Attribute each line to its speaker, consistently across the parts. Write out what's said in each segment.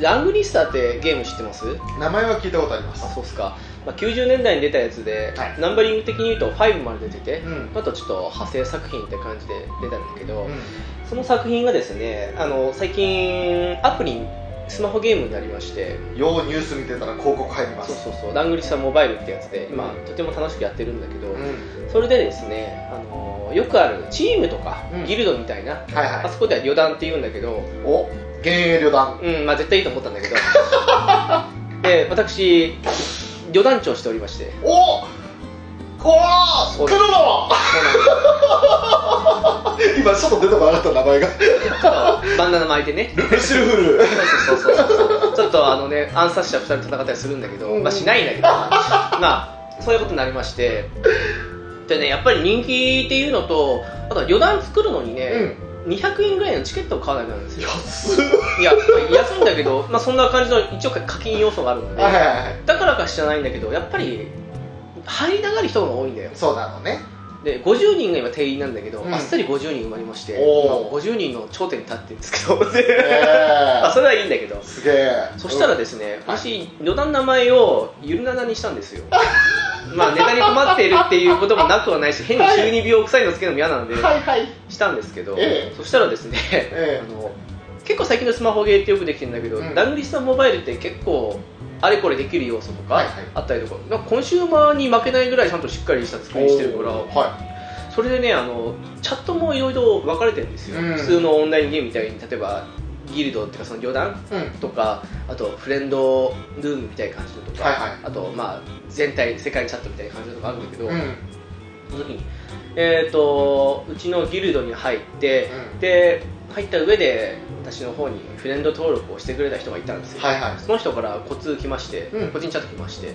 Speaker 1: ラングリスターってゲーム知ってます
Speaker 2: 名前は聞いたことありま
Speaker 1: あ
Speaker 2: す
Speaker 1: そうっすか、まあ、90年代に出たやつで、
Speaker 2: はい
Speaker 1: ナンバリング的に言うと5まで出てて、
Speaker 2: うん
Speaker 1: あとちょっと派生作品って感じで出たんだけど、
Speaker 2: うん
Speaker 1: その作品がですねあの最近アプリスマホゲームになりまして
Speaker 2: ようニュース見てたら広告入りま
Speaker 1: そう
Speaker 2: す
Speaker 1: そうそうラングリスターモバイルってやつで今とても楽しくやってるんだけど、
Speaker 2: うん
Speaker 1: それでですねあのよくあるチームとか
Speaker 2: うん
Speaker 1: ギルドみたいな、
Speaker 2: はい
Speaker 1: あ
Speaker 2: は
Speaker 1: そこでは旅団って言うんだけど
Speaker 2: いお現役旅団
Speaker 1: うんまあ絶対いいと思ったんだけ どで私旅団長しておりまして
Speaker 2: おお
Speaker 1: そ
Speaker 2: お
Speaker 1: う
Speaker 2: 黒の 今ちょっと出てこなかった名前が
Speaker 1: バンダナ巻いてね
Speaker 2: ルルシルフル
Speaker 1: そうそうそうそうちょっとあのね暗殺者2人と戦ったりするんだけど、
Speaker 2: うん
Speaker 1: まあしないんだけどまあそういうことになりましてでねやっぱり人気っていうのとあとは旅団作るのにね、200円ぐらいのチケットを買わなきゃなんですよ
Speaker 2: 安っ
Speaker 1: いや、まあ安いんだけど、まあ、そんな感じの一応課金要素があるので、
Speaker 2: はいはいはい
Speaker 1: だからか知らないんだけどやっぱり入りたがる人が多いんだよ
Speaker 2: そうなのね
Speaker 1: で50人が今定員なんだけど、
Speaker 2: うん
Speaker 1: あっさり50人埋まりまして
Speaker 2: おー
Speaker 1: 今50人の頂点に立ってるんですけど、
Speaker 2: え え
Speaker 1: あそれはいいんだけど
Speaker 2: すげえ
Speaker 1: そしたらですね、私余談の名前をゆるななにしたんですよまあネタに困っているっていうこともなくはないし変に中二病臭いのつけるのも嫌なので
Speaker 2: はいはい
Speaker 1: したんですけど、
Speaker 2: ええ
Speaker 1: そしたらですね、
Speaker 2: ええ
Speaker 1: あの結構最近のスマホゲーってよくできてるんだけど、
Speaker 2: うん
Speaker 1: ダングリスタモバイルって結構あれこれできる要素と
Speaker 2: は
Speaker 1: か
Speaker 2: いはい
Speaker 1: あったりとか,、なんかコンシューマーに負けないぐらいちゃんとしっかりした作りしてるから
Speaker 2: は
Speaker 1: それでねあのチャットもいろいろ分かれてるんですよ、
Speaker 2: うん
Speaker 1: 普通のオンラインゲームみたいに例えばギルドっていうかその旅団
Speaker 2: いうん
Speaker 1: とかあとフレンドルームみたいな感じのとか、
Speaker 2: はいはい
Speaker 1: あとまあ全体世界チャットみたいな感じのとかあるんだけど、
Speaker 2: うん
Speaker 1: その時に、えー、とうちのギルドに入って、
Speaker 2: うん
Speaker 1: で入った上で私の方にフレンド登録をしてくれた人がいたんですよ、
Speaker 2: はいはい
Speaker 1: その人からコツ来まして、
Speaker 2: うん
Speaker 1: 個人チャット来まして、い
Speaker 2: うん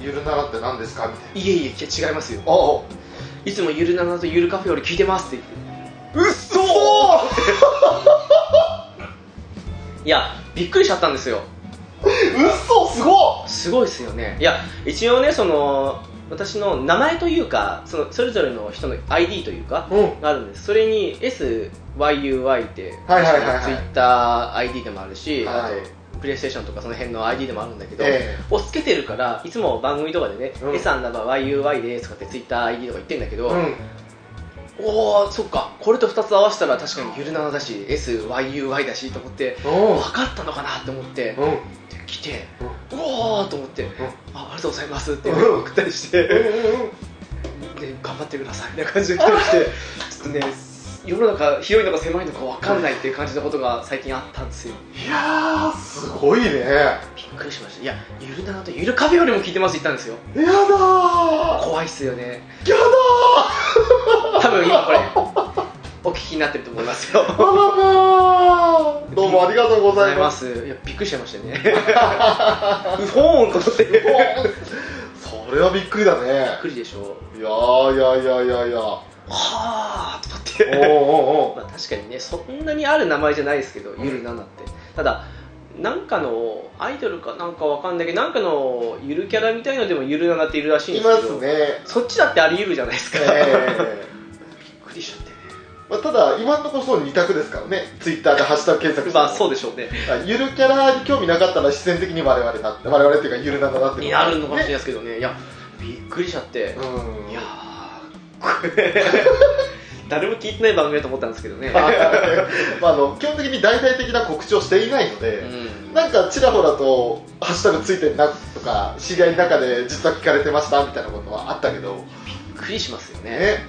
Speaker 2: ゆるならって何ですかみたいな
Speaker 1: えいえいや違いますよ
Speaker 2: おお
Speaker 1: いつもゆるななとゆるカフェより聞いてますって言ってうっそいやびっくりしちゃったんですよ
Speaker 2: うっそすご
Speaker 1: すごいですよねいや一応ねその私の名前というかそのそれぞれの人の ID というか、
Speaker 2: っうん
Speaker 1: があるんですそれに SYUY って
Speaker 2: はいはいはいはい
Speaker 1: ツイッター ID でもあるし、
Speaker 2: はい
Speaker 1: あとプレイステーションとかその辺の ID でもあるんだけど、
Speaker 2: え
Speaker 1: をつけてるからいつも番組とかでね、
Speaker 2: うん
Speaker 1: S アンダーバー YUY ですとかってツイッター ID とか言ってんだけ
Speaker 2: え
Speaker 1: ど、
Speaker 2: うん
Speaker 1: おおそっかこれと2つ合わせたら確かにゆるなのだし SYUY だしと思って
Speaker 2: お
Speaker 1: 分かったのかなと思って、
Speaker 2: うん
Speaker 1: で来てうおーと思って、あありがとうございますって
Speaker 2: うん
Speaker 1: 送ったりして、
Speaker 2: うん
Speaker 1: で頑張ってくださいみたいな感じで 来たりしてちょっとね世の中広いのか狭いのか分かんないっていう感じのことが最近あったんですよ
Speaker 2: いやーすごいねや
Speaker 1: びっくりしましたいやゆるななとゆるカフェよりも聞いてますって言ったんですよ
Speaker 2: だーやだ
Speaker 1: 怖いっすよ ね
Speaker 2: ー
Speaker 1: 多分今これお聞きになってると思いますよ
Speaker 2: あらまーどうもありがとうございます
Speaker 1: いやびっくりしちゃいました ねうほーんと思ってびっ
Speaker 2: それはびっくりだね
Speaker 1: くりでしょ
Speaker 2: いやーいやいやいやいやお
Speaker 1: はーと思って
Speaker 2: ーおーお
Speaker 1: まあ、確かにねそんなにある名前じゃないですけど、ゆるななってただなんかのアイドルかなんかわかんないけどなんかのゆるキャラみたいのでもゆるななっているらしいん
Speaker 2: ーい
Speaker 1: ですけ
Speaker 2: ま
Speaker 1: ど
Speaker 2: すね
Speaker 1: そっちだってありゆるじゃないですか、
Speaker 2: え
Speaker 1: びっくりしちゃってね
Speaker 2: ーまあ、ただ今のところその2択ですからねツイッターでハッシュタグ検索して
Speaker 1: まあそうでしょうね
Speaker 2: ゆるキャラに興味なかったら自然的に我々なって我々っていうかゆるなだなって
Speaker 1: になるのかもしれない
Speaker 2: ね
Speaker 1: ですけどねいやびっくりしちゃって、
Speaker 2: うん
Speaker 1: いやーこれ誰も聞いてない番組だと思ったんですけどね、
Speaker 2: まあ まああの基本的に大々的な告知をしていないの
Speaker 1: う
Speaker 2: で、
Speaker 1: ん、
Speaker 2: なんかちらほらと「ハッシュタグついてるな」とか知り合いの中で実は聞かれてましたみたいなことはあったけど
Speaker 1: びっくりしますよね
Speaker 2: ね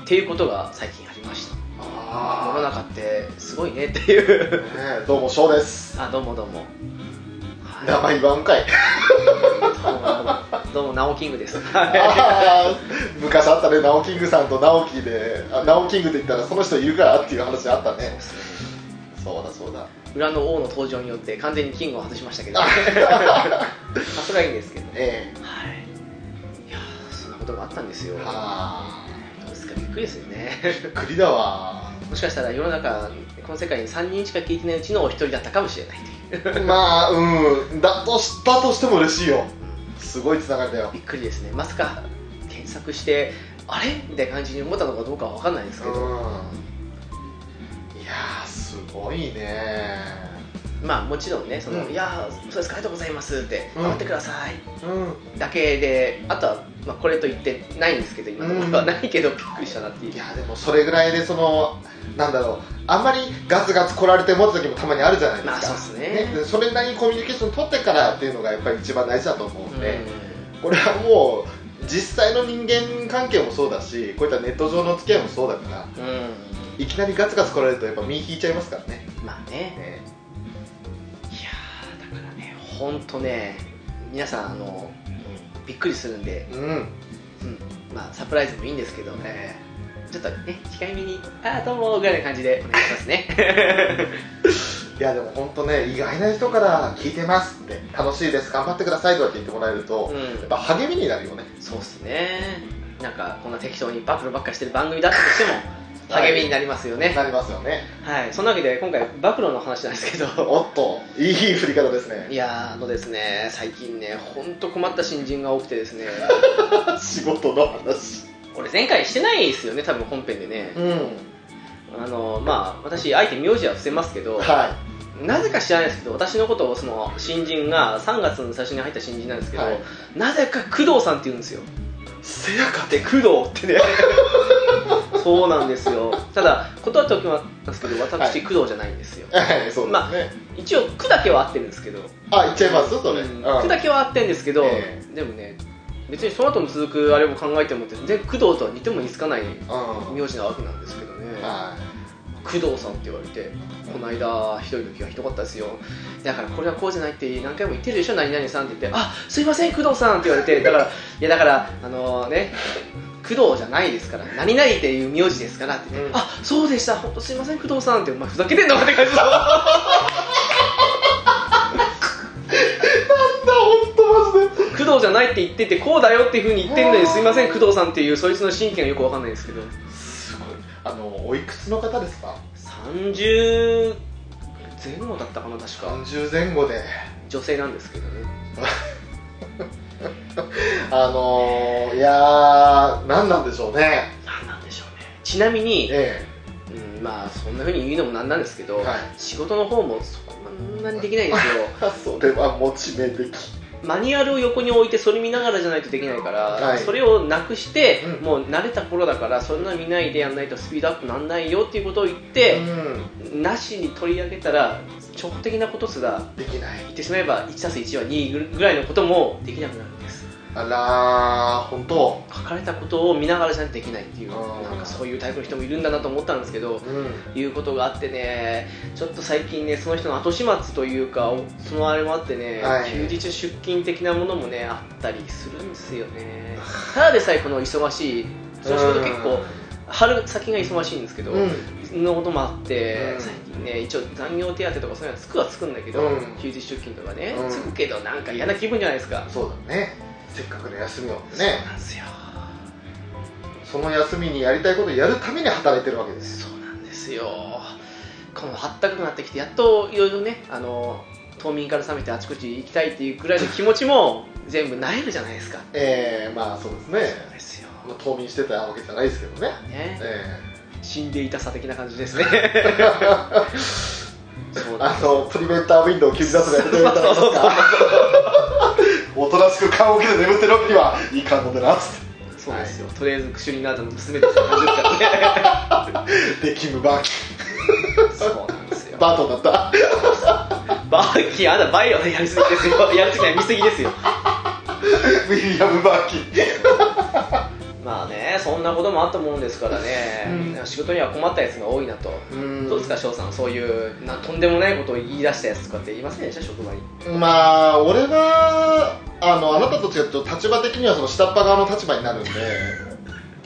Speaker 1: っていうことが最近ありました世の
Speaker 2: あ
Speaker 1: 中ってすごいねっていう
Speaker 2: あ、ね、どうも翔です
Speaker 1: あどうもどうも。はい
Speaker 2: 名前言わ んかい
Speaker 1: どうもどうもナオキング です。
Speaker 2: あー昔あったねナオキングさんとナオキであナオキングって言ったらその人いるからっていう話あったねそうだそうだ
Speaker 1: 裏の王の登場によって完全にキングを外しましたけ ど、まあそれはいいんですけどね。
Speaker 2: ええ
Speaker 1: はい。いやーそんなことがあったんですよ。
Speaker 2: はあ
Speaker 1: どうですかびっくりですよね。
Speaker 2: びっくりだわ
Speaker 1: もしかしたら世の中この世界に3人しか聞いてないうちのお一人だったかもしれないという
Speaker 2: まあうんだとしたとしても嬉しいよすごいつながりだよ
Speaker 1: びっくりですね。まさか検索してあれみたいな感じに思ったのかどうかは分かんないですけど。
Speaker 2: いやーすごいね
Speaker 1: まあもちろんねその、
Speaker 2: うん
Speaker 1: いやーそうですかありがとうございますって
Speaker 2: うん
Speaker 1: 頑張ってください
Speaker 2: うん
Speaker 1: だけであとは、まあ、これと言ってないんですけど今のところはないけどびっくりしたなっていう
Speaker 2: いやでもそれぐらいでそのなんだろうあんまりガツガツ来られて持つ時もたまにあるじゃないですか、
Speaker 1: まあそうですね
Speaker 2: でそれなりにコミュニケーション取ってからっていうのがやっぱり一番大事だと思うんで、
Speaker 1: う
Speaker 2: これはもう実際の人間関係もそうだしこういったネット上の付き合いもそうだから
Speaker 1: ん、
Speaker 2: いきなりガツガツ来られるとやっぱ身引いちゃいますからね
Speaker 1: うんまあね
Speaker 2: ね
Speaker 1: いやーだからね本当ね皆さんあのびっくりするんで、
Speaker 2: うん
Speaker 1: うんまあ、サプライズもいいんですけど、えーちょっとね控えめに「ああどうも」ぐらいの感じでお願いしますね
Speaker 2: いやでも本当ね意外な人から「聞いてます」って「楽しいです頑張ってください」とかって言ってもらえる と、
Speaker 1: う
Speaker 2: やっ
Speaker 1: ん
Speaker 2: ぱ励みになるよね
Speaker 1: そうっすねなんかこんな適当に暴露ばっかしてる番組だったとしても 励みになりますよね、
Speaker 2: なりますよね
Speaker 1: はい、そんなわけで今回暴露の話なんですけど
Speaker 2: おっといい振り方ですね
Speaker 1: いやーあのですね最近ね本当困った新人が多くてです ね
Speaker 2: 仕事の話
Speaker 1: 俺前回してないですよね多分本編でね
Speaker 2: うん
Speaker 1: あのまあ私あえて名字は伏せますけど
Speaker 2: は
Speaker 1: なぜか知らないですけど私のことをその新人が3月の最初に入った新人なんですけど、
Speaker 2: はい
Speaker 1: なぜか工藤さんって言うんですよ
Speaker 2: いせやか
Speaker 1: で工藤ってね そうなんですよただ断っておきますけど私、
Speaker 2: はい
Speaker 1: 工藤じゃないんですよ
Speaker 2: はい そうですね、
Speaker 1: 一応「く」だけは合ってるんですけど
Speaker 2: あいっちゃいますそれ、
Speaker 1: うん
Speaker 2: うん
Speaker 1: 句だけは合ってんですけど、
Speaker 2: え
Speaker 1: でもね別にその後も続くあれも考えても全然工藤とは似ても似つかない
Speaker 2: うん
Speaker 1: 名字なわけなんですけどね、
Speaker 2: は
Speaker 1: 工藤さんって言われてこの間ひどい時がひどかったですよだからこれはこうじゃないって何回も言ってるでしょ何々さんって言ってあすいません工藤さんって言われてだからいやだからあのね工藤じゃないですから何々っていう名字ですからって言って、
Speaker 2: うん
Speaker 1: あそうでした本当すいません工藤さんってお前ふざけてんのかって感じで
Speaker 2: い、なんだ本当マジで
Speaker 1: 工藤じゃないって言っててこうだよっていうふうに言ってるのにすいません工藤さんっていうそいつの神経がよくわかんないんですけど
Speaker 2: すごいあのおいくつの方ですか
Speaker 1: 30前後だったかな確か
Speaker 2: 30前後で
Speaker 1: 女性なんですけどね
Speaker 2: あのー、いやー何なんでしょうね
Speaker 1: 何なんでしょうねちなみに、
Speaker 2: え
Speaker 1: うん、まあそんなふうに言うのもなんなんですけ
Speaker 2: え
Speaker 1: ど、
Speaker 2: はい
Speaker 1: 仕事の方もそんなにできないんですよ
Speaker 2: あ それはもう致命的
Speaker 1: マニュアルを横に置いてそれ見ながらじゃないとできないから、
Speaker 2: はい
Speaker 1: それをなくして、
Speaker 2: うん
Speaker 1: もう慣れた頃だからそんな見ないでやんないとスピードアップなんないよっていうことを言って、
Speaker 2: う
Speaker 1: なしに取り上げたら直的なことすら
Speaker 2: んできない
Speaker 1: 言ってしまえば 1+1 は2ぐらいのこともできなくなるんです
Speaker 2: あらー本当
Speaker 1: 書かれたことを見ながらじゃできないっていう
Speaker 2: あー
Speaker 1: なんかそういうタイプの人もいるんだなと思ったんですけど
Speaker 2: うん
Speaker 1: いうことがあってねちょっと最近ねその人の後始末というかおそのあれもあってね、
Speaker 2: はい
Speaker 1: 休日出勤的なものもねあったりするんですよねただでさえこの忙しいその仕事結構春先が忙しいんですけど、
Speaker 2: うん
Speaker 1: のこともあって、
Speaker 2: うん
Speaker 1: 最近ね一応残業手当とかそういうのはつくはつくんだけど、
Speaker 2: うん
Speaker 1: 休日出勤とかね、
Speaker 2: うん
Speaker 1: つくけどなんか嫌な気分じゃないですか、
Speaker 2: そうだねせっかくの休みをね
Speaker 1: そうなんですよ
Speaker 2: その休みにやりたいことをやるために働いてるわけです
Speaker 1: そうなんですよこのあったかくなってきてやっといろいろねあの冬眠から覚めてあちこち行きたいっていうぐらいの気持ちも全部なえるじゃないですか
Speaker 2: ええまあそうですね
Speaker 1: そうですよ、
Speaker 2: まあ冬眠してたわけじゃないですけどね
Speaker 1: ね、
Speaker 2: え
Speaker 1: 死んでいたさ的な感じですね
Speaker 2: え
Speaker 1: そうなん
Speaker 2: あ
Speaker 1: です
Speaker 2: のプリメンターウィンドウを切り出すのやめてくだ さいますかおとなしく缶を受けて眠ってるわけにはいいかんのでなっつっ
Speaker 1: そうですよ、とりあえず薬の後の娘ですって感じですからね
Speaker 2: てでキムバーキ
Speaker 1: そうなんですよ
Speaker 2: バートンだった
Speaker 1: バーキン、あなたバイオでやりすぎですよ。 やりすぎない、見すぎですよ。
Speaker 2: ウィリアム・バーキ
Speaker 1: まあね、そんなこともあったもんですからね、仕事には困ったやつが多いなと。
Speaker 2: うん
Speaker 1: どうですか、翔さん、そういうなとんでもないことを言い出したやつとかっていませんでした、職場に。
Speaker 2: まあ俺はあのあなたと違って立場的にはその下っ端側の立場になるんで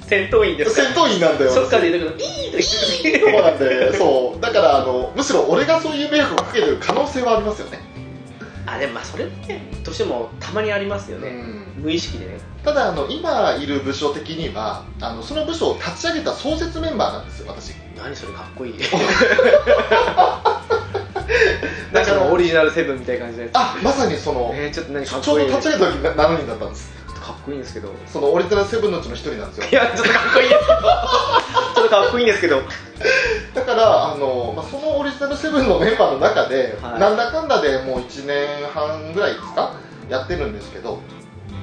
Speaker 1: 戦闘員ですか
Speaker 2: 戦闘員なんだよ
Speaker 1: そっかで言うときの、いいと 言って
Speaker 2: そうなんで、 そう、だからあの、むしろ俺がそういう迷惑をかけてる可能性はありますよね。
Speaker 1: あ、でもまあ、それもね、どうしてもたまにありますよね。無意識でね。
Speaker 2: ただあの、今いる部署的にはあの、その部署を立ち上げた創設メンバーなんですよ、私。
Speaker 1: 何それかっ こいい。なんかのオリジナルセブンみたいな感じで。
Speaker 2: あまさにその、
Speaker 1: えー、ちょっと何
Speaker 2: ち
Speaker 1: か
Speaker 2: ょ
Speaker 1: っ
Speaker 2: う
Speaker 1: こ
Speaker 2: ど
Speaker 1: いい。ちょ
Speaker 2: 立
Speaker 1: っ
Speaker 2: ち上げた時な7人だったんです。
Speaker 1: とかっこいいんですけど。
Speaker 2: そのオリジナルセブンのうちの1人なんですよ
Speaker 1: い。や、ちょっとかっこいいですけど、ちょっとかっこいいんですけど、
Speaker 2: だからあの、まあ、そのオリジナルセブンのメンバーの中で、
Speaker 1: はい
Speaker 2: なんだかんだでもう1年半ぐらいですかやってるんですけど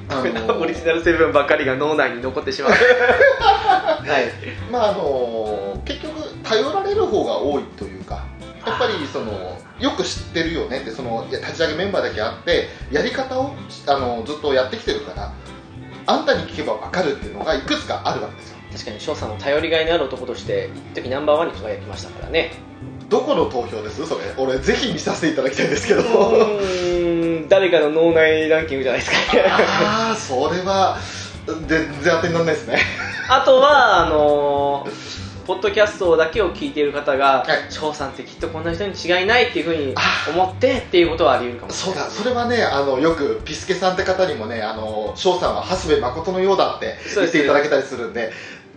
Speaker 2: あ の
Speaker 1: オリジナルセブンばっかりが脳内に残ってしまうはい
Speaker 2: まああの結局頼られる方が多いというかやっぱりそのよく知ってるよねってそのいや立ち上げメンバーだけあってやり方をあのずっとやってきてるからあんたに聞けば分かるっていうのがいくつかあるわけですよ
Speaker 1: 確かに翔さんは頼りがいのある男として一時ナンバーワンに輝きましたからね
Speaker 2: どこの投票ですそれ俺ぜひ見させていただきたいですけ
Speaker 1: う
Speaker 2: ど
Speaker 1: ーん誰かの脳内ランキングじゃないですかね
Speaker 2: ああそれは全然当てにならないですね
Speaker 1: あとはあのーポッドキャストだけを聞いている方が
Speaker 2: はい
Speaker 1: 翔、さんってきっとこんな人に違いないっていうふうに
Speaker 2: あ
Speaker 1: 思ってっていうことはあり得るかもし
Speaker 2: そうだそれはねあのよくピスケさんって方にもねあの翔さんは長谷部誠のようだって
Speaker 1: そう
Speaker 2: 言
Speaker 1: で
Speaker 2: っ
Speaker 1: す
Speaker 2: ていただけたりするんで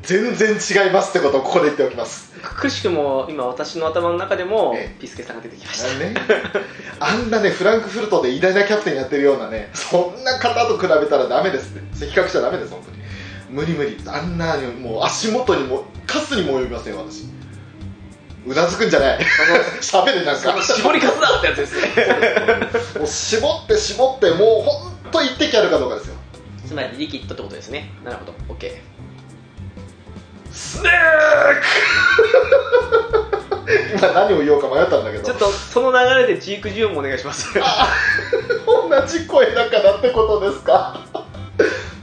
Speaker 2: 全然違いますってことをここで言っておき ます
Speaker 1: れないくしくも今私の頭の中でも
Speaker 2: え
Speaker 1: ピスケさんが出てきました
Speaker 2: ねあんなねフランクフルトで偉大なキャプテンやってるようなねそんな方と比べたらダメですって比較しちゃダメです本当に無理無理あんなにもう足元にもカスにも及びませんよ私うなずくんじゃない 喋るなん
Speaker 1: その
Speaker 2: か
Speaker 1: その絞りかすだってやつですね
Speaker 2: もう絞って絞ってもうほんと一滴あるかどうかですよ
Speaker 1: つまりリキッドってことですねなるほど OK
Speaker 2: スネーク 今何を言おうか迷ったんだけど
Speaker 1: ちょっとその流れでジークジューンもお願いします
Speaker 2: 同じ声だからってことですか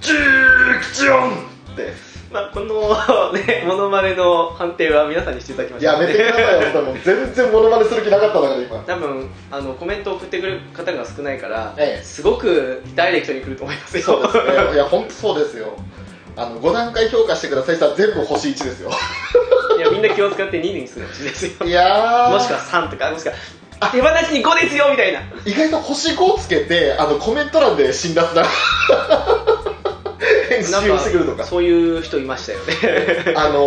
Speaker 2: ジークジョンって
Speaker 1: まあこのねモノマネの判定は皆さんにしていただきました
Speaker 2: やめてくださいよ、もう全然モノマネする気なかったんだから、今。
Speaker 1: 多分あのコメントを送ってくれる方が少ないから、
Speaker 2: ええ
Speaker 1: すごくダイレクトに来ると思いますよ
Speaker 2: そうですね、いや、本当そうですよ。あの5段階評価してくださいさ全部星1ですよ。
Speaker 1: いやみんな気を使って2にするかもしれないですよ
Speaker 2: いやー、
Speaker 1: もしくは3とかもしくは手放しに5ですよみたいな
Speaker 2: 意外と星5つけて、あのコメント欄で辛辣 な返信をしてくるとか、
Speaker 1: そういう人いましたよ ね
Speaker 2: あの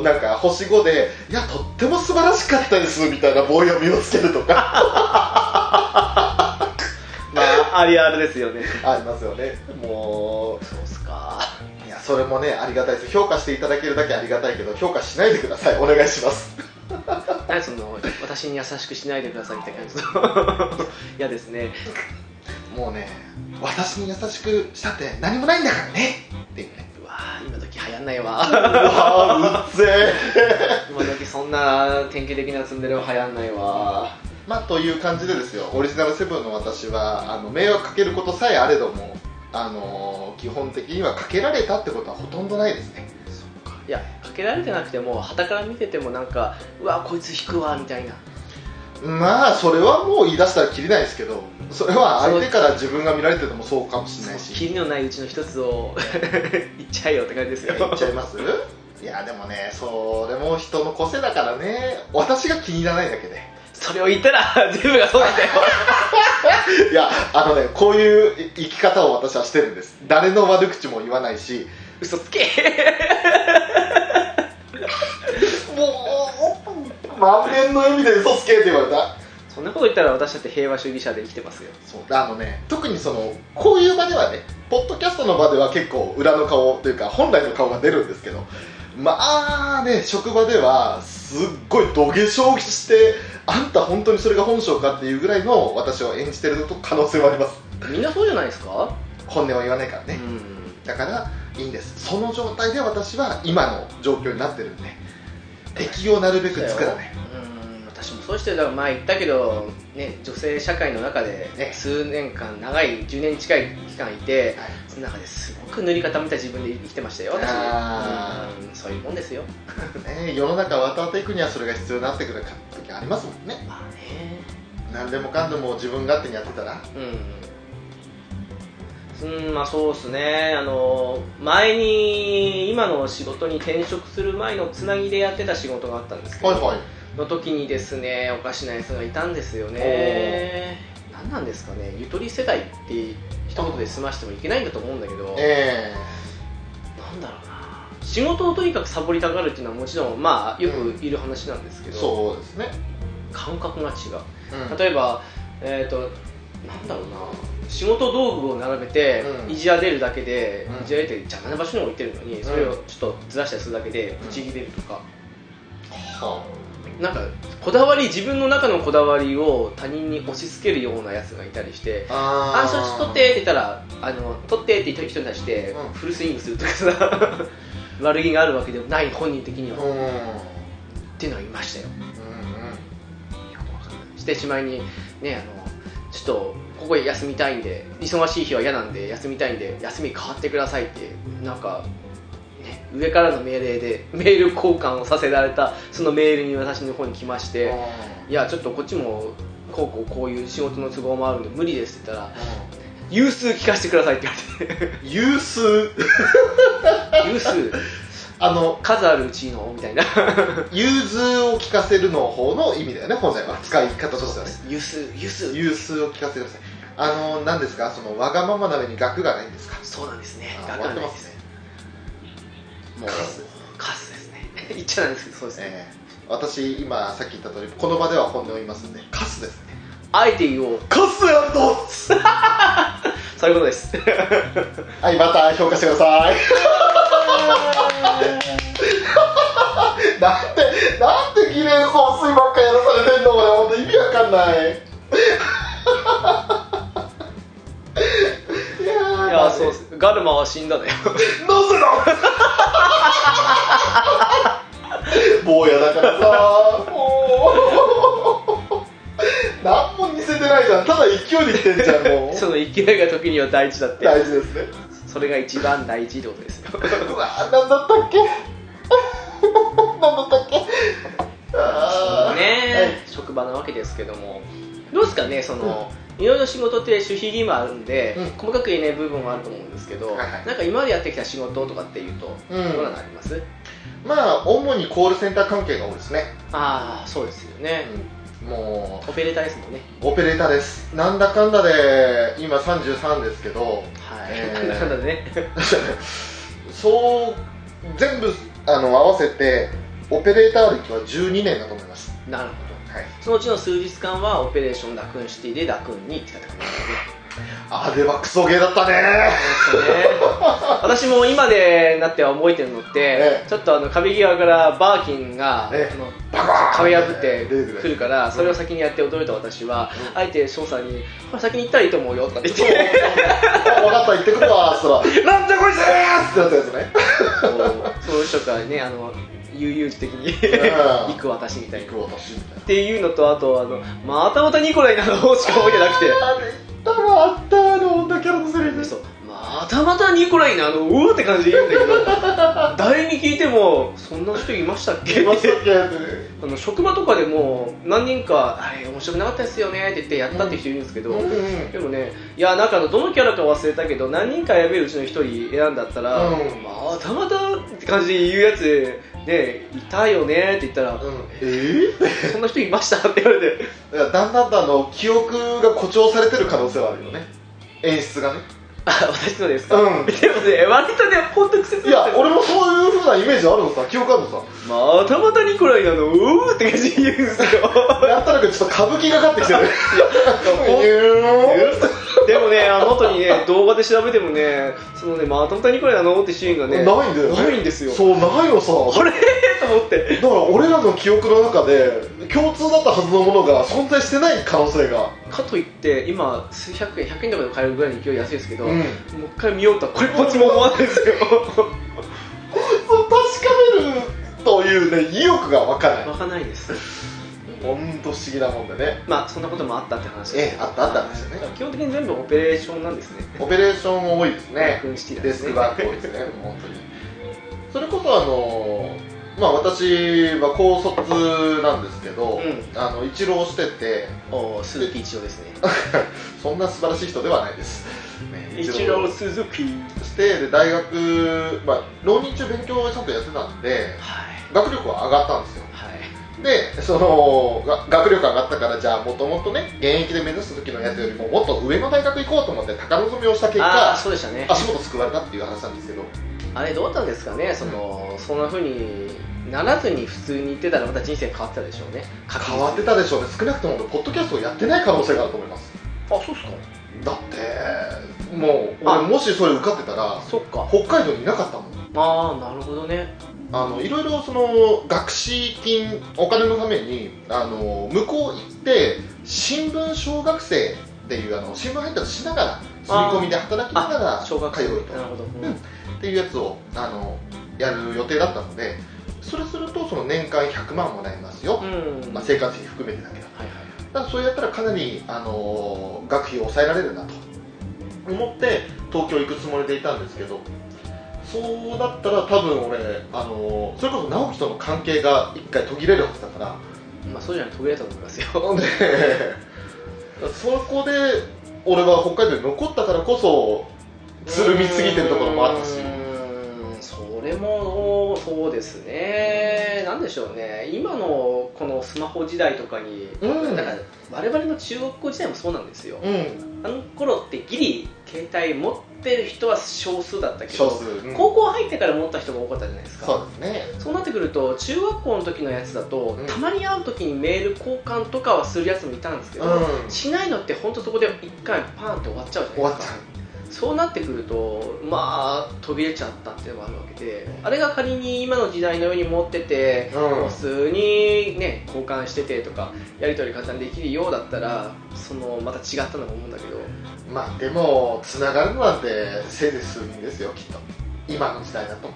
Speaker 2: ー、なんか星5で、いや、とっても素晴らしかったですみたいな棒読みをつけると か、
Speaker 1: まあありあるですよね
Speaker 2: ありますよね。もう
Speaker 1: そうっすか
Speaker 2: いやそれもねありがたいです評価していただけるだけありがたいけど評価しないでくださいお願いします
Speaker 1: 何その私に優しくしないでくださいみたいな感じの嫌ですね
Speaker 2: もうね私に優しくしたって何もないんだからねっていうね
Speaker 1: うわー今時流行んないわ
Speaker 2: うわうっぜ
Speaker 1: 今時そんな典型的なツンデレは流行んないわ
Speaker 2: まあという感じでですよオリジナルセブンの私はあの迷惑かけることさえあれどもあのー基本的にはかけられたってことはほとんどないですね
Speaker 1: いやかけられてなくてもはたから見ててもなんかうわこいつ引くわみたいな
Speaker 2: まあそれはもう言い出したらきりないですけどそれは相手から自分が見られててもそうかもしれないし
Speaker 1: キリのないうちの一つを 言っちゃえよって感じですよ
Speaker 2: 言っちゃいますいやでもねそれも人の個性だからね私が気に入らないだけで
Speaker 1: それを言ったら全部がそうなんだよ
Speaker 2: いやあのねこういう生き方を私はしてるんです誰の悪口も言わないし
Speaker 1: 嘘つけ
Speaker 2: もう満面の笑みで嘘つけって言われた
Speaker 1: そんなこと言ったら私だって平和主義者で生きてますよ
Speaker 2: そうあのね特にそのこういう場ではねポッドキャストの場では結構裏の顔というか本来の顔が出るんですけどまあね職場ではすっごい土下座をしてあんた本当にそれが本性かっていうぐらいの私を演じてると可能性はあります
Speaker 1: みんなそうじゃないですか
Speaker 2: 本音は言わないからね
Speaker 1: ん
Speaker 2: だからいいんですその状態で私は今の状況になってるんで敵をなるべく作らない
Speaker 1: うん私もそうしてるだから前言ったけど、ね、女性社会の中で、
Speaker 2: ね
Speaker 1: 数年間長い10年近い期間いてその中ですごく塗り固めた自分で生きてましたよ私
Speaker 2: あ
Speaker 1: うんそういうもんですよ
Speaker 2: ね、世の中を渡っていくにはそれが必要になってくる時ありますもんね
Speaker 1: まあね
Speaker 2: 何でもかんでも自分勝手にやってたら
Speaker 1: うん、うん、まあそうですねあの前に今の仕事に転職する前のつなぎでやってた仕事があったんですけど、
Speaker 2: はいはい
Speaker 1: の時にですねおかしなやつがいたんですよね何なんですかねゆとり世代って一言で済ましてもいけないんだと思うんだけど、
Speaker 2: え
Speaker 1: なんだろうな仕事をとにかくサボりたがるっていうのはもちろんまあよくいる話なんです
Speaker 2: え
Speaker 1: けど、
Speaker 2: そうですね、
Speaker 1: 感覚が違う
Speaker 2: うん
Speaker 1: 例えば、えー、となんだろうな仕事道具を並べて、
Speaker 2: うん
Speaker 1: いじられるだけで、
Speaker 2: うん
Speaker 1: いじられて邪魔な場所に置いてるのにそれをちょっとずらしたりするだけで
Speaker 2: うん
Speaker 1: ブチ切れるとか、
Speaker 2: は
Speaker 1: なんかこだわり自分の中のこだわりを他人に押し付けるようなやつがいたりして「
Speaker 2: あ
Speaker 1: あそれ取って」って言ったら「あの取って」って言った人に対して
Speaker 2: うん
Speaker 1: フルスイングするとかさ 悪気があるわけでもない本人的には、
Speaker 2: う
Speaker 1: っ
Speaker 2: んうん
Speaker 1: ていうのはいましたよしてしまいにねあのちょっとここ休みたいんで忙しい日は嫌なんで休みたいんで休み変わってくださいってなんか、ね、上からの命令でメール交換をさせられたそのメールに私の方に来まして、
Speaker 2: うん
Speaker 1: いやちょっとこっちもこうこうこういう仕事の都合もあるんで無理ですって言ったら有数聞かせてくださいって言 われて
Speaker 2: 有数
Speaker 1: 有数
Speaker 2: あの
Speaker 1: 数あるうちのみたいな
Speaker 2: 融通を聞かせるの方の意味だよね本来は使い方としてはね
Speaker 1: 有数有数
Speaker 2: 有数を聞かせてくださいあの何ですかそのわがままな上に額がないんですか
Speaker 1: そうなんですね
Speaker 2: あ
Speaker 1: わ
Speaker 2: 終わ
Speaker 1: か
Speaker 2: っ
Speaker 1: ん
Speaker 2: て
Speaker 1: ない
Speaker 2: ま
Speaker 1: です
Speaker 2: すね
Speaker 1: もう
Speaker 2: カスですね
Speaker 1: カスですね言っちゃなんですけどそうですね、
Speaker 2: ええ私今さっき言った通りこの場では本音を言いますんでカスですね
Speaker 1: あえて言おう
Speaker 2: カスやっと
Speaker 1: そういうことです
Speaker 2: はいまた評価してください なんでなんで綺麗な香水ばっかやらされてんの俺本当意味わかんないいやー
Speaker 1: いやそうですガルマは死んだのよ
Speaker 2: なぜだ坊やだからさもう 何も似せてないじゃんただ勢いで来てんじゃん も
Speaker 1: そうの勢いが時には大事だって
Speaker 2: 大事ですね
Speaker 1: それが一番大事ってことですよ
Speaker 2: うわ何だったっけ 何だったっけあー
Speaker 1: ね職場なわけですけどもどうですかねその、いろいろ仕事って守秘義務あるんで、
Speaker 2: うん
Speaker 1: 細かく言えない部分はあると思うんですけど、
Speaker 2: はいはい
Speaker 1: なんか今までやってきた仕事とかっていうと、
Speaker 2: うん
Speaker 1: どんなのあります
Speaker 2: まあ主にコールセンター関係が多いですね、
Speaker 1: ああそうですよね、
Speaker 2: も
Speaker 1: オペレーターですもんね
Speaker 2: うオペレーターですなんだかんだで今33ですけど
Speaker 1: はい、
Speaker 2: えー
Speaker 1: なんだかんだでね
Speaker 2: そう全部あの合わせてオペレーター歴は12年だと思います、
Speaker 1: なるほど
Speaker 2: はい、
Speaker 1: そのうちの数日間はオペレーションダクンシティでダクンに来たって感じですね
Speaker 2: あれはクソゲーだったね
Speaker 1: そうですね私も今でなっては覚えてるのって、
Speaker 2: ええ
Speaker 1: ちょっとあの壁際からバーキンが、
Speaker 2: ええ
Speaker 1: あの
Speaker 2: バカ
Speaker 1: 壁破って
Speaker 2: 出てく
Speaker 1: くるからそれを先にやって驚いた私は、
Speaker 2: う
Speaker 1: あえて翔さんに「これ先に行ったらいいと思うよ」とか言って
Speaker 2: 分かった行ってくるわーっつったら「なんじゃこいつー!」ってなったやつね
Speaker 1: こうその人からねあの悠々自適に
Speaker 2: う
Speaker 1: 行
Speaker 2: ん
Speaker 1: く私みたいな。っ
Speaker 2: 行く私みたいな
Speaker 1: ていうのとあとあの「またまたニコライなの?」しか覚えてなくて。
Speaker 2: あれ多分あったあの女キャラのセリフ
Speaker 1: そうまたまたニコライなのうおーって感じで言うんだけど誰に聞いてもそんな人いましたっけ
Speaker 2: いましたっけってね
Speaker 1: あの職場とかでも何人か「あれ面白くなかったですよね」って言ってやったって人いるんですけど、
Speaker 2: うん
Speaker 1: でもねいやなんかあのどのキャラか忘れたけど何人かやべえうちの一人選んだったら、
Speaker 2: うん
Speaker 1: まあたまたって感じで言うやつで「いたよね」って言ったら「
Speaker 2: うんえーって
Speaker 1: そんな人いました」って言われて
Speaker 2: だからだんだんとあの記憶が誇張されてる可能性はあるよね演出がね
Speaker 1: 「あ私のですか?」
Speaker 2: うん
Speaker 1: でもね割とね本当癖ついて
Speaker 2: い
Speaker 1: る
Speaker 2: や、俺もそういう風なイメージあるのさ、記憶あるのさ。
Speaker 1: またまたニコライなのうおーって感じで言うんですよ
Speaker 2: なんとなくちょっと歌舞伎がかってきてる。
Speaker 1: いや
Speaker 2: う
Speaker 1: でもね、あの後にね、動画で調べてもね、そのね、またまたニコライなのってシーンがね、
Speaker 2: ないんだよね
Speaker 1: ないんですよ。
Speaker 2: そう、ないのさ。
Speaker 1: あれと思って。
Speaker 2: だから俺らの記憶の中で、共通だったはずのものが存在してない可能性が。
Speaker 1: かといって、今、数百円、100円とかで買えるぐらいの勢い安いですけど、
Speaker 2: うん
Speaker 1: もう一回見ようとは、これっぽっちも思わないですよ。
Speaker 2: そう、確かめるというね、意欲がわかない。
Speaker 1: わかんないです。
Speaker 2: ほんと不思議なもんでね。
Speaker 1: まあ、そんなこともあったって話
Speaker 2: ええあったあったんですよね
Speaker 1: はい基本的に全部オペレーションなんですね。
Speaker 2: オペレーション多いですね。
Speaker 1: 軍資なん
Speaker 2: デ
Speaker 1: で
Speaker 2: ス
Speaker 1: す
Speaker 2: ク
Speaker 1: ね。
Speaker 2: ワーク多いですね、本当に。それこそあの、まあ私は高卒なんですけ
Speaker 1: う
Speaker 2: ど、
Speaker 1: ん
Speaker 2: あの一浪してて、
Speaker 1: おー鈴木一郎ですね。
Speaker 2: そんな素晴らしい人ではないです。ね
Speaker 1: 一郎鈴木。
Speaker 2: してで大学、まあ、浪人中勉強をちゃんとやってたんで
Speaker 1: はい。
Speaker 2: 学力は上がったんですよ
Speaker 1: はい。
Speaker 2: でそのが学力上がったからじゃあもともとね現役で目指す時のやつよりももっと上の大学行こうと思って高望みをした結
Speaker 1: ああー、
Speaker 2: 果
Speaker 1: そうでしたね。
Speaker 2: 足元救われたっていう話なんですけど
Speaker 1: あれどうだったんですかね、その、そんな風にならずに普通に言ってたらまた人生変わってたでしょうね。
Speaker 2: 変わってたでしょうね少なくとも俺ポッドキャストをやってない可能性があると思います
Speaker 1: あ、そうっすか。
Speaker 2: だってもう
Speaker 1: あ
Speaker 2: 俺もしそれ受かってたら
Speaker 1: そっか。
Speaker 2: 北海道にいなかったもん
Speaker 1: ああ、なるほどね。
Speaker 2: あのいろいろその学資金お金のためにあの向こう行って新聞小学生っていうあの新聞配達しながら住み込みで働きながら
Speaker 1: 小学
Speaker 2: 通
Speaker 1: 生
Speaker 2: うと
Speaker 1: なるほど、うん
Speaker 2: うんっていうやつをあのやる予定だったのでそれするとその年間100万もらえますよ、
Speaker 1: うん
Speaker 2: まあ、生活費含めてだけど
Speaker 1: はいはい
Speaker 2: だからそれやったらかなり、あのー学費を抑えられるなと思って東京行くつもりでいたんですけどそうだったら多分俺、あのーそれこそ直樹との関係が一回途切れるはずだから
Speaker 1: まあそうじゃないと途切れたと思いますよ
Speaker 2: ね そこで俺は北海道に残ったからこそつるみすぎてるところもあったし
Speaker 1: うーんそれもそうですねなんでしょうね今のこのスマホ時代とかに、
Speaker 2: うん
Speaker 1: なんか我々の中国語時代もそうなんですよ、
Speaker 2: うん
Speaker 1: あの頃ってギリ携帯持ってる人は少数だったけど
Speaker 2: 少数、うん
Speaker 1: 高校入ってから持った人が多かったじゃないですか
Speaker 2: そうですね
Speaker 1: そうなってくると中学校の時のやつだと、
Speaker 2: うん
Speaker 1: たまに会う時にメール交換とかはするやつもいたんですけど、
Speaker 2: うん
Speaker 1: しないのって本当そこで一回パーンって終わっちゃうじゃな
Speaker 2: 終
Speaker 1: い
Speaker 2: わ
Speaker 1: で
Speaker 2: っ
Speaker 1: す
Speaker 2: ち
Speaker 1: か
Speaker 2: ゃ
Speaker 1: そうなってくるとまあ途切れちゃったっていうのがあるわけであれが仮に今の時代のように持ってて
Speaker 2: う、うん
Speaker 1: 普通にね交換しててとかやり取り簡単にできるようだったらそのまた違ったのも思うんだけど
Speaker 2: まあでもつながるのなんてせいぜい数人ですよきっと今の時代だと
Speaker 1: どう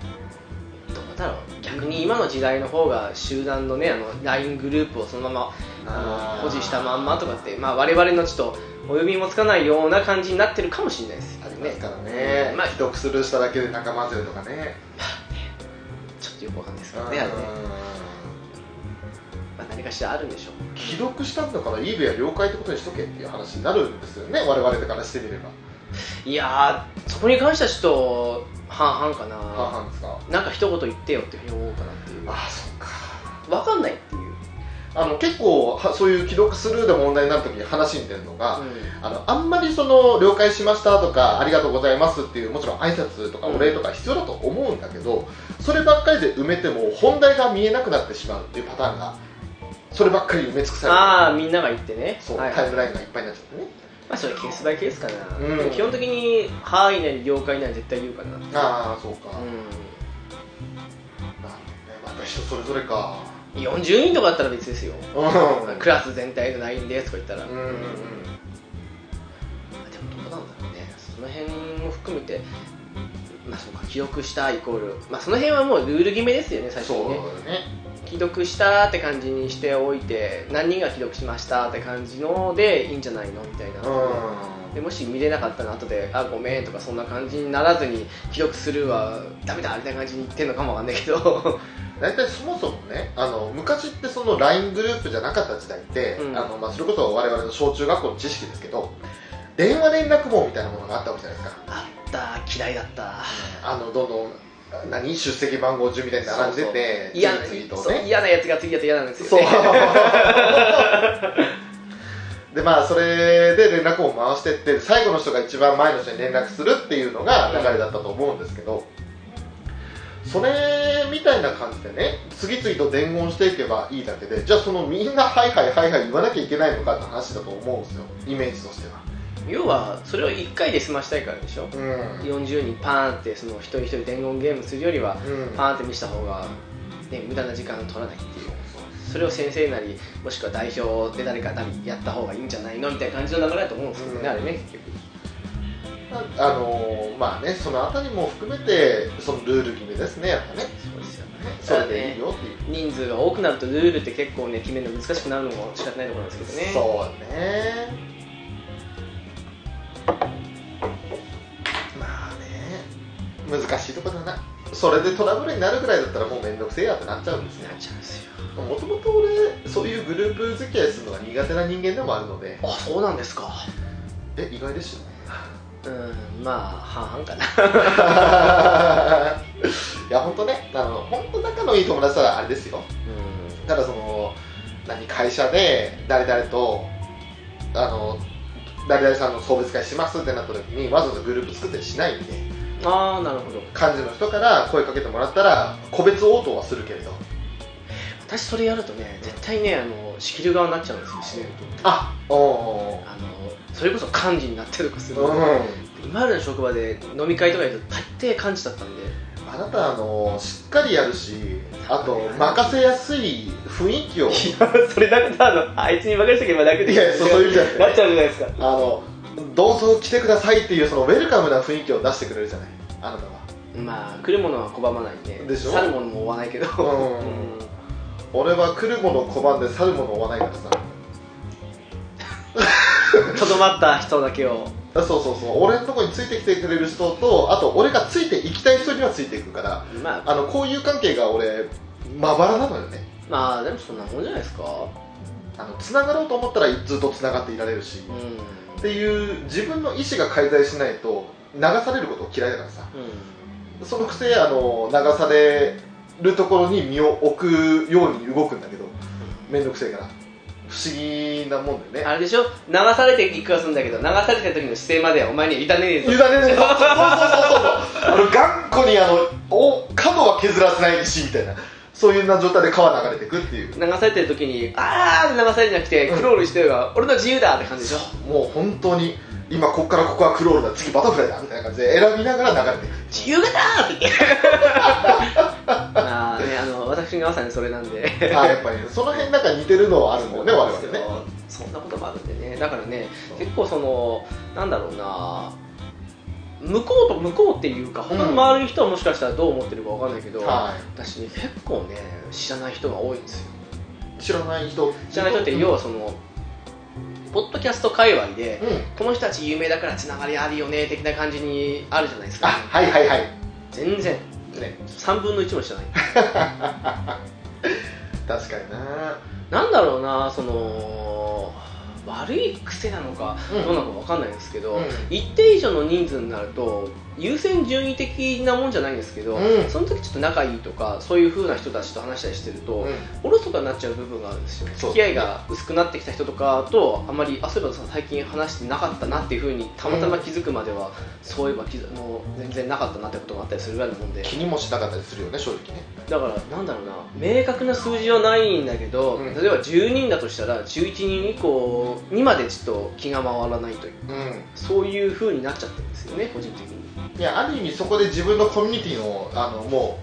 Speaker 1: だろう逆に今の時代の方が集団のねあの LINE グループをそのままあの保持したまんまとかって、まあ、我々のちょっとお呼びもつかないような感じになってるかもしれないです
Speaker 2: ありま
Speaker 1: ね
Speaker 2: すからね
Speaker 1: まあ
Speaker 2: 既読スルーしただけで仲間ずれとかね
Speaker 1: ちょっとよくわかんないですけ
Speaker 2: うん
Speaker 1: どねあれね、まあ、何かしらあるんでしょう
Speaker 2: 既読したんだからイーベや了解ってことにしとけっていう話になるんですよね我々からしてみれば
Speaker 1: いやーそこに関してはちょっと半々かな、
Speaker 2: 半々ですか
Speaker 1: なんか一言言ってよっていうふうに思うかなっていう
Speaker 2: ああそっか
Speaker 1: わかんないっていう、
Speaker 2: あの結構はそういう既読スルーで問題になるときに話に出るのが、
Speaker 1: う
Speaker 2: あのあんまりその了解しましたとかありがとうございますっていうもちろん挨拶とかお礼とか必要だと思うんだけど、そればっかりで埋めても本題が見えなくなってしまうっていうパターンがそればっかり埋め尽く
Speaker 1: ん、
Speaker 2: さ
Speaker 1: ああみんなが言ってね
Speaker 2: れるそう、
Speaker 1: はい
Speaker 2: タイムラインがいっぱいになっちゃってね
Speaker 1: まあそれケースバイケースかな、
Speaker 2: うん
Speaker 1: でも基本的に「はい」なり「了解」なり絶対言うかな
Speaker 2: ああそうか、なる
Speaker 1: う
Speaker 2: ほどねまた人それぞれか
Speaker 1: ん40人とかだったら別ですよ
Speaker 2: うんうん
Speaker 1: クラス全体の LINE ですとか言ったら、
Speaker 2: うんうん
Speaker 1: でもどうなんだろうねその辺も含めてまあそうか既読したイコールまあその辺はもうルール決めですよね最初
Speaker 2: そ
Speaker 1: に
Speaker 2: うだ
Speaker 1: ね
Speaker 2: よね
Speaker 1: 既読したって感じにしておいて何人が既読しましたって感じのでいいんじゃないのみたいな、でもし見れなかったら後で「あごめん」とかそんな感じにならずに既読するはダメだみたいな感じに言ってんのかもわかんないけど
Speaker 2: 大体そもそもねあの昔ってその LINE グループじゃなかった時代って、
Speaker 1: うん
Speaker 2: あのまあ、それこそ我々の小中学校の知識ですけど電話連絡網みたいなものがあったわけじゃないですか
Speaker 1: あった嫌いだった
Speaker 2: あのどんどん何出席番号順みたいに並んでて
Speaker 1: 嫌な
Speaker 2: 次々と
Speaker 1: そう
Speaker 2: ね
Speaker 1: 嫌なやつが次だと嫌なんです
Speaker 2: そ
Speaker 1: よ
Speaker 2: う
Speaker 1: ね
Speaker 2: でまあそれで連絡を回してって最後の人が一番前の人に連絡するっていうのが流れだったと思うんですけどそれみたいな感じでね次々と伝言していけばいいだけでじゃあそのみんなはいはいはいはい言わなきゃいけないのかって話だと思うんですよイメージとしては
Speaker 1: 要はそれを1回で済ましたいからでしょ
Speaker 2: うん、
Speaker 1: 40人パーンってその一人一人伝言ゲームするよりは
Speaker 2: うん、
Speaker 1: パーンって見せた方が、ね、無駄な時間取らないっていうそれを先生なりもしくは代表で誰かなりやった方がいいんじゃないのみたいな感じの流れだと思うんですけどね、
Speaker 2: うん
Speaker 1: あれね結局
Speaker 2: あのーまあねそのあたりも含めてそのルール決めですねやっぱね
Speaker 1: そうですよね
Speaker 2: それでいいよっていう
Speaker 1: 人数が多くなるとルールって結構ね決めるの難しくなるのも仕方ないところなんですけどね
Speaker 2: そうねまあね難しいとこだなそれでトラブルになるぐらいだったらもう面倒くせえやってなっちゃうんですね
Speaker 1: なっちゃうんですよ
Speaker 2: もともと俺そういうグループ付き合いするのが苦手な人間でもあるので
Speaker 1: あそうなんですか
Speaker 2: え意外で したね
Speaker 1: うんまあ半々かない
Speaker 2: や本当ねあの本当仲のいい友達ならあれですよ
Speaker 1: う
Speaker 2: ただその何会社で誰々とあの誰々さんの送別会しますってなった時にわざわざグループ作ったりしないんで
Speaker 1: んああなるほど
Speaker 2: 幹事の人から声かけてもらったら個別応答はするけれど
Speaker 1: 私それやるとね絶対ねあの仕切る側になっちゃうんですよ自然と
Speaker 2: あおお
Speaker 1: あのそれこそ幹事になってるとかす
Speaker 2: う
Speaker 1: る、
Speaker 2: ん
Speaker 1: 今までの職場で飲み会とかやると大抵幹事だったんで
Speaker 2: まあなたあのしっかりやるしあと任せやすい雰囲 気を
Speaker 1: や それだけだのあいつに任せとけば楽で
Speaker 2: いやそうそういう意味じゃない
Speaker 1: なっちゃうじゃないですか
Speaker 2: あのどうぞ来てくださいっていうそのウェルカムな雰囲気を出してくれるじゃないあなたは
Speaker 1: まあ来るものは拒まないね
Speaker 2: でしょ
Speaker 1: 去るものも追わないけど
Speaker 2: ん俺は来るものを拒んで去るものを追わないからさ
Speaker 1: うんとどまった人だけを
Speaker 2: あそうそうそう俺のとこについてきてくれる人とあと俺がついていきたい人にはついていくから
Speaker 1: まあ
Speaker 2: あの交友関係が俺まばらなのよね
Speaker 1: まあでもそんなもんじゃないですか
Speaker 2: あの繋がろうと思ったらずっと繋がっていられるし
Speaker 1: うん、うん
Speaker 2: っていう自分の意思が介在しないと流されること嫌いだからさそのくせあの流されるところに身を置くように動くんだけど面倒くせえから不思議なもんだよね
Speaker 1: あれでしょ流されていくはするんだけど流された時の姿勢まではお前には委ねねえぞ
Speaker 2: 委ねねえそうそうそうそうそう あの頑固にあのお角は削らせないしみたいなそういうような状態で川流れていくっていう
Speaker 1: 流されてる時にあーって流されてなくてクロールしてるが俺の自由だって感じでしょ
Speaker 2: もう本当に今こっからここはクロールだ次バタフライだみたいな感じで選びながら流れていく
Speaker 1: 自由がだーって まあねあの私がまさにそれなんで
Speaker 2: あやっぱりその辺なんか似てるのはあるもんね我々ね
Speaker 1: そんなこともあるんでねだからね結構そのなんだろうな向こうと向こうっていうか他の周りの人はもしかしたらどう思ってるかわかんないけど、
Speaker 2: は
Speaker 1: 私ね結構ね知らない人が多いんですよ
Speaker 2: い知らない人
Speaker 1: 知らない人って要はそのポッドキャスト界隈で
Speaker 2: うん
Speaker 1: この人たち有名だからつながりあるよね的な感じにあるじゃないです
Speaker 2: あ
Speaker 1: か
Speaker 2: はいはいはい
Speaker 1: 全然
Speaker 2: ね
Speaker 1: 3分の1も知らない
Speaker 2: 確かにな
Speaker 1: なんだろうなその悪い癖なのか
Speaker 2: う
Speaker 1: ど
Speaker 2: ん
Speaker 1: うなのかわかんないですけど、
Speaker 2: うん
Speaker 1: 一定以上の人数になると優先順位的なもんじゃないんですけど、
Speaker 2: うん
Speaker 1: その時ちょっと仲いいとかそういう風な人たちと話したりしてると、
Speaker 2: うん
Speaker 1: おろそかになっちゃう部分があるんですよ、
Speaker 2: そう
Speaker 1: 付き合いが薄くなってきた人とかとあんまりあそういえば最近話してなかったなっていう風にたまたま気づくまでは、そういえば気づもう全然なかったなってことがあったりするぐらいのもんで
Speaker 2: 気にもしなかったりするよね正直ね
Speaker 1: だからなんだろうな明確な数字はないんだけど、
Speaker 2: うん
Speaker 1: 例えば10人だとしたら11人以降にまでちょっと気が回らないという
Speaker 2: うん
Speaker 1: そういう風になっちゃってるんですよね個人的に
Speaker 2: いやある意味そこで自分のコミュニティのあのも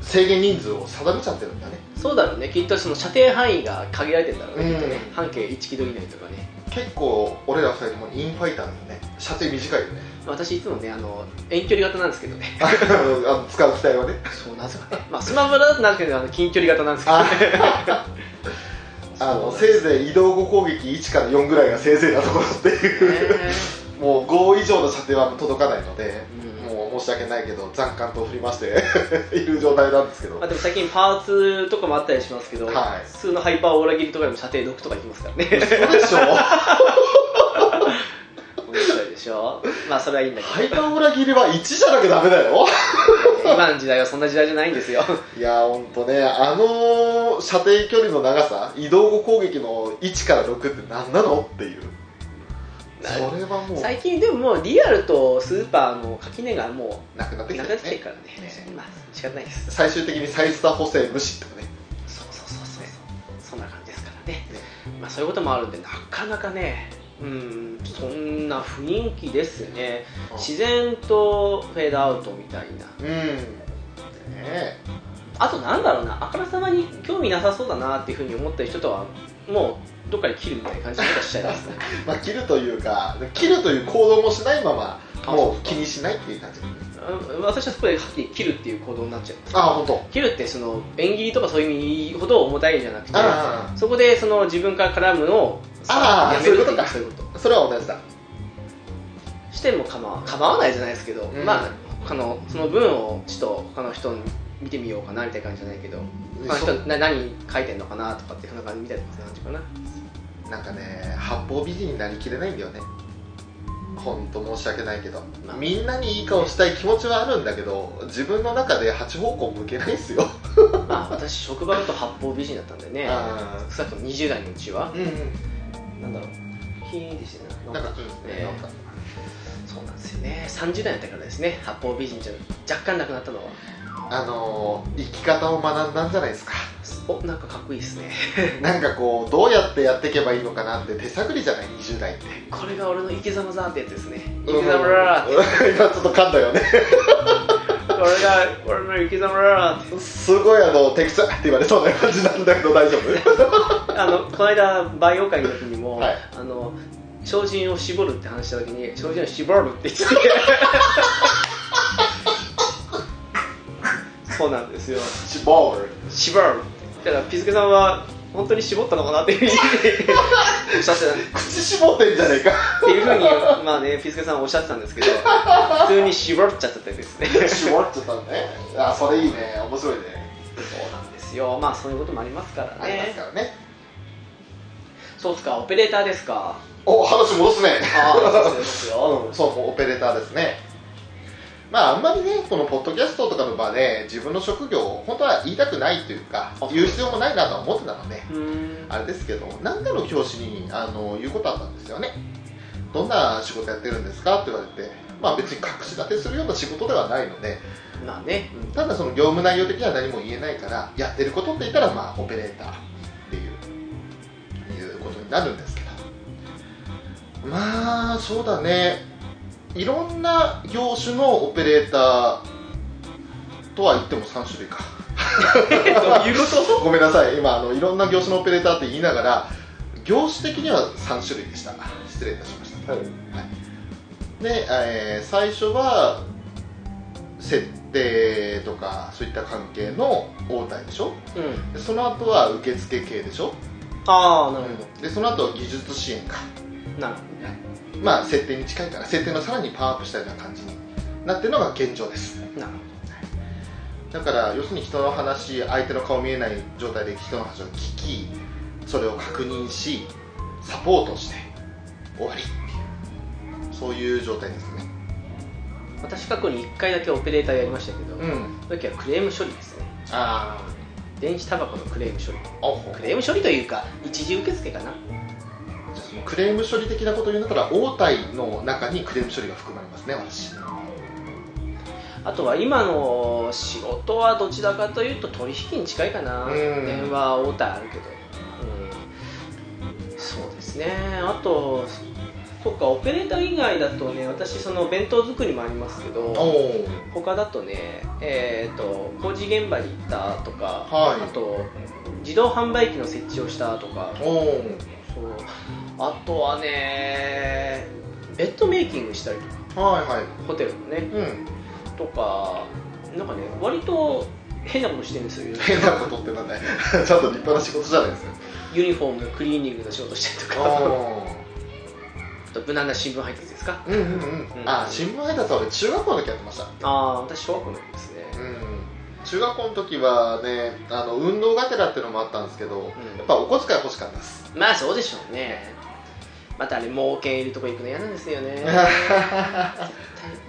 Speaker 2: う制限人数を定めちゃってるんだね
Speaker 1: そうだろうねきっとその射程範囲が限られてるんだろうね、
Speaker 2: うん
Speaker 1: きっとね半径1キロ以内とかね
Speaker 2: 結構俺ら二人ともインファイターなんだね射程短いよね
Speaker 1: 私いつもねあの遠距離型なんですけどね
Speaker 2: あ のあの使う機体はね
Speaker 1: そうなぜかね まあスマブラだとなんですけどあの近距離型なんですけどね
Speaker 2: あの
Speaker 1: そう
Speaker 2: せいぜい移動後攻撃1から4ぐらいがせいぜいなところっていう、
Speaker 1: ね
Speaker 2: もう5以上の射程は届かないので、
Speaker 1: うん
Speaker 2: もう申し訳ないけど残感と振りましている状態なんですけど
Speaker 1: まあ、でも最近パーツとかもあったりしますけど、
Speaker 2: はい
Speaker 1: 普通のハイパーオーラ切りとかでも射程6とかいきますから ね
Speaker 2: そうでしょ
Speaker 1: 面白いでしょまあそれはいいんだけど、
Speaker 2: ハイパー裏切りは1じゃなきゃダメだよ
Speaker 1: 今の時代はそんな時代じゃないんですよ
Speaker 2: いやーほんとね、あの射程距離の長さ、移動後攻撃の1から6って何なのっていう、それはもう
Speaker 1: 最近でももうリアルとスーパーの垣根がも
Speaker 2: なくなっ
Speaker 1: う
Speaker 2: てき
Speaker 1: な
Speaker 2: た
Speaker 1: くな
Speaker 2: よ
Speaker 1: ってきてる
Speaker 2: ね、
Speaker 1: からね
Speaker 2: ね
Speaker 1: まあ仕方ないです
Speaker 2: 最終的にサイスタ補正無視とかね、
Speaker 1: そうそうそうそうそんな感じですからねまあそういうこともあるんでなかなかねうんそんな雰囲気ですよね自然とフェードアウトみたいな
Speaker 2: うん、ねえ
Speaker 1: あとなんだろうなあからさまに興味なさそうだなっていうふうに思った人とはもうどっかで切るみたいな感じのことはしちゃいますね
Speaker 2: まあ、切るというか、切るという行動もしないまま、
Speaker 1: あ
Speaker 2: も
Speaker 1: そうう
Speaker 2: 気にしないっていう感じ、
Speaker 1: うん私はそこではっきり切るっていう行動になっちゃいます
Speaker 2: ああ、ほんと、
Speaker 1: 切るってその縁切りとかそういう意味ほど重たいじゃなくて
Speaker 2: あ
Speaker 1: そこでその自分から絡むのを
Speaker 2: あー
Speaker 1: やめるっていう
Speaker 2: そ
Speaker 1: そういうこと
Speaker 2: あ、それは同じだ、
Speaker 1: しても構わ構わないじゃないですけど、
Speaker 2: うん
Speaker 1: まあ他のその分をちょっと他の人に見てみようかなみたいな感じじゃないけど他の人な何書いてんのかなとかっていうふうな感じみたいな感じかな
Speaker 2: なんかね、八方美人になりきれないんだよね、ほんと申し訳ないけど、
Speaker 1: まあ
Speaker 2: みんなにいい顔したい気持ちはあるんだけど、自分の中で八方向向けないですよ、
Speaker 1: まあ私職場だと八方美人だったんでね
Speaker 2: あ
Speaker 1: 少なくとも20代のうちは
Speaker 2: うんうん、
Speaker 1: なんだろうキーンってしてな
Speaker 2: な
Speaker 1: なんん
Speaker 2: か
Speaker 1: か、
Speaker 2: ね、なんか
Speaker 1: そうなんですよね30代だったからですね八方美人じゃ若干なくなったのは
Speaker 2: あのー、生き方を学んだんじゃないですか、
Speaker 1: おなんかかっこいいですね
Speaker 2: なんかこう、どうやってやっていけばいいのかなって、手探りじゃない、20代って。
Speaker 1: これが俺の生き様ざってやつですね
Speaker 2: うん
Speaker 1: 生 き様らーって
Speaker 2: 今ちょっと噛んだよね。
Speaker 1: 俺が俺の生き様って
Speaker 2: すごいあの、手臭いって言われそうな感じなんだけど大丈夫
Speaker 1: あのこの間培養会の時にも、
Speaker 2: はい
Speaker 1: あの精進を絞るって話した時に精進を絞る って言っててそうなんですよ
Speaker 2: シボール。
Speaker 1: 絞るってだからピスケさんは本当に絞ったのかなって いうふうにおっしゃってた
Speaker 2: 口絞ってんじゃねえか。
Speaker 1: っていうふうに、まあね、ピスケさんはおっしゃってたんですけど、普通に絞っちゃってたですね。
Speaker 2: 絞っちゃったのね。あ、それいいね。面白いね。
Speaker 1: そうなんですよ。まあ、そういうこともありますから
Speaker 2: あります
Speaker 1: ね
Speaker 2: か。らね。
Speaker 1: そうっすか、オペレーターですか。
Speaker 2: お、話戻すね。
Speaker 1: ああ、そうですよ。
Speaker 2: うん、 そう、オペレーターですね。まあ、あんまりね、このポッドキャストとかの場で、自分の職業を本当は言いたくないというか
Speaker 1: あ、
Speaker 2: 言う必要もないなとは思ってたので、
Speaker 1: うーん。
Speaker 2: あれですけど、何かの教師にあの言うことあったんですよね。どんな仕事やってるんですかって言われて、まあ別に隠し立てするような仕事ではないので、
Speaker 1: まあね、
Speaker 2: ただその業務内容的には何も言えないから、やってることって言ったら、まあオペレーターっていう、いうことになるんですけど。まあ、そうだね。いろんな業種のオペレーターとは言っても3種類か。
Speaker 1: うんどういうこと
Speaker 2: ごめんなさい、今あの、いろんな業種のオペレーターって言いながら、業種的には3種類でした。失礼いたしました。
Speaker 1: はい
Speaker 2: で、えー最初は、設定とか、そういった関係の応対でしょ。
Speaker 1: うん。
Speaker 2: でその後は受付系でしょ。
Speaker 1: ああ、なる
Speaker 2: で、その後は技術支援か。
Speaker 1: ほど。なるほどね。
Speaker 2: まあ、設定に近いから、設定のさらにパワーアップしたような感じになってるのが現状です。
Speaker 1: なる
Speaker 2: だから要するに人の話相手の顔見えない状態で人の話を聞きそれを確認しサポートして終わりっていうそういう状態ですね
Speaker 1: ほど。私、過去に1回だけオペレーターやりましたけど、
Speaker 2: ん
Speaker 1: その時はクレーム処理ですね。
Speaker 2: あ
Speaker 1: 電子タバコのクレーム処理。
Speaker 2: あおほ
Speaker 1: クレーム処理というか、一時受付かな。
Speaker 2: クレーム処理的なことを言うんだったら応対の中にクレーム処理が含まれますね私
Speaker 1: あとは今の仕事はどちらかというと取引に近いかな、
Speaker 2: うん
Speaker 1: 電話応対あるけど、うんそうですねあとそっかオペレーター以外だとね私その弁当作りもありますけど
Speaker 2: お
Speaker 1: 他だとねえっ、と工事現場に行ったとか、
Speaker 2: はい
Speaker 1: あと自動販売機の設置をしたとか
Speaker 2: おお
Speaker 1: そうあとはねベッドメイキングしたりとか
Speaker 2: は
Speaker 1: ホテルのね
Speaker 2: いはいうん
Speaker 1: とか、なんかね、割と変なことしてるんですよ、
Speaker 2: 変なことってなんだよ ちゃんと立派な仕事じゃないですか
Speaker 1: ユニフォームのクリーニングの仕事したりとか、
Speaker 2: お
Speaker 1: あと無難な新聞配達ですか、
Speaker 2: うんうんうん、ああ新聞配達は俺中学校の時やってました
Speaker 1: ああ、私、小学校の時ですね、
Speaker 2: うん中学校の時はねあの運動がてらっていうのもあったんですけどやっぱお小遣い欲しかったです
Speaker 1: まあそうでしょうね、またあれ、盲犬いるとこ行くの嫌なんですよ ね、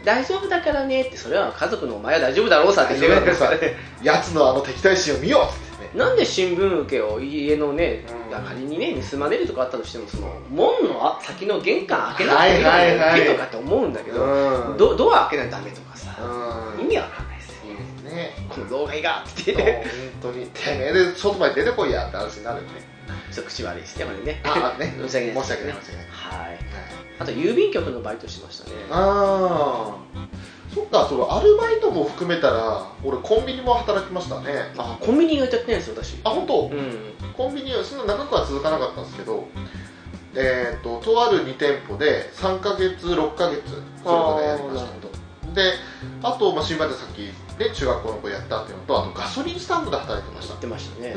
Speaker 1: 大丈夫だからねって、それは家族のお前は大丈夫だろうさって言ってくれるからね
Speaker 2: やつのあの敵対心を見ようっつってね
Speaker 1: なんで新聞受けを家のね
Speaker 2: うん、
Speaker 1: 仮にね、盗まれるとかあったとしても、その門の先の玄関開けなき
Speaker 2: はいはい
Speaker 1: ゃ
Speaker 2: はい
Speaker 1: いけないとかって思うんだけど、
Speaker 2: うん
Speaker 1: ドドア開けないとダメとかさ、
Speaker 2: う
Speaker 1: 意
Speaker 2: ん
Speaker 1: 味わかんないですよね
Speaker 2: ね
Speaker 1: この老害がって
Speaker 2: そう本当にてめえで外まで出てこいやって話になるんで
Speaker 1: ちょっと口悪いですねこれね
Speaker 2: ああね
Speaker 1: 申し訳ない
Speaker 2: 申し訳ない申し訳ない
Speaker 1: はい
Speaker 2: はい
Speaker 1: あと郵便局のバイトしてましたね
Speaker 2: ああそっかそのアルバイトも含めたら俺コンビニも働きましたね
Speaker 1: あコンビニがやっちゃってないんですよ私
Speaker 2: あ本当
Speaker 1: うん
Speaker 2: コンビニはそんな長くは続かなかったんですけど、えー、ととある2店舗で3ヶ月6ヶ月それまでやりました
Speaker 1: あーなる
Speaker 2: とであと、まあ、新橋先で中学校の子やったっていうのとあとガソリンスタンドで働いてまし
Speaker 1: 知
Speaker 2: た
Speaker 1: っ、てましたね、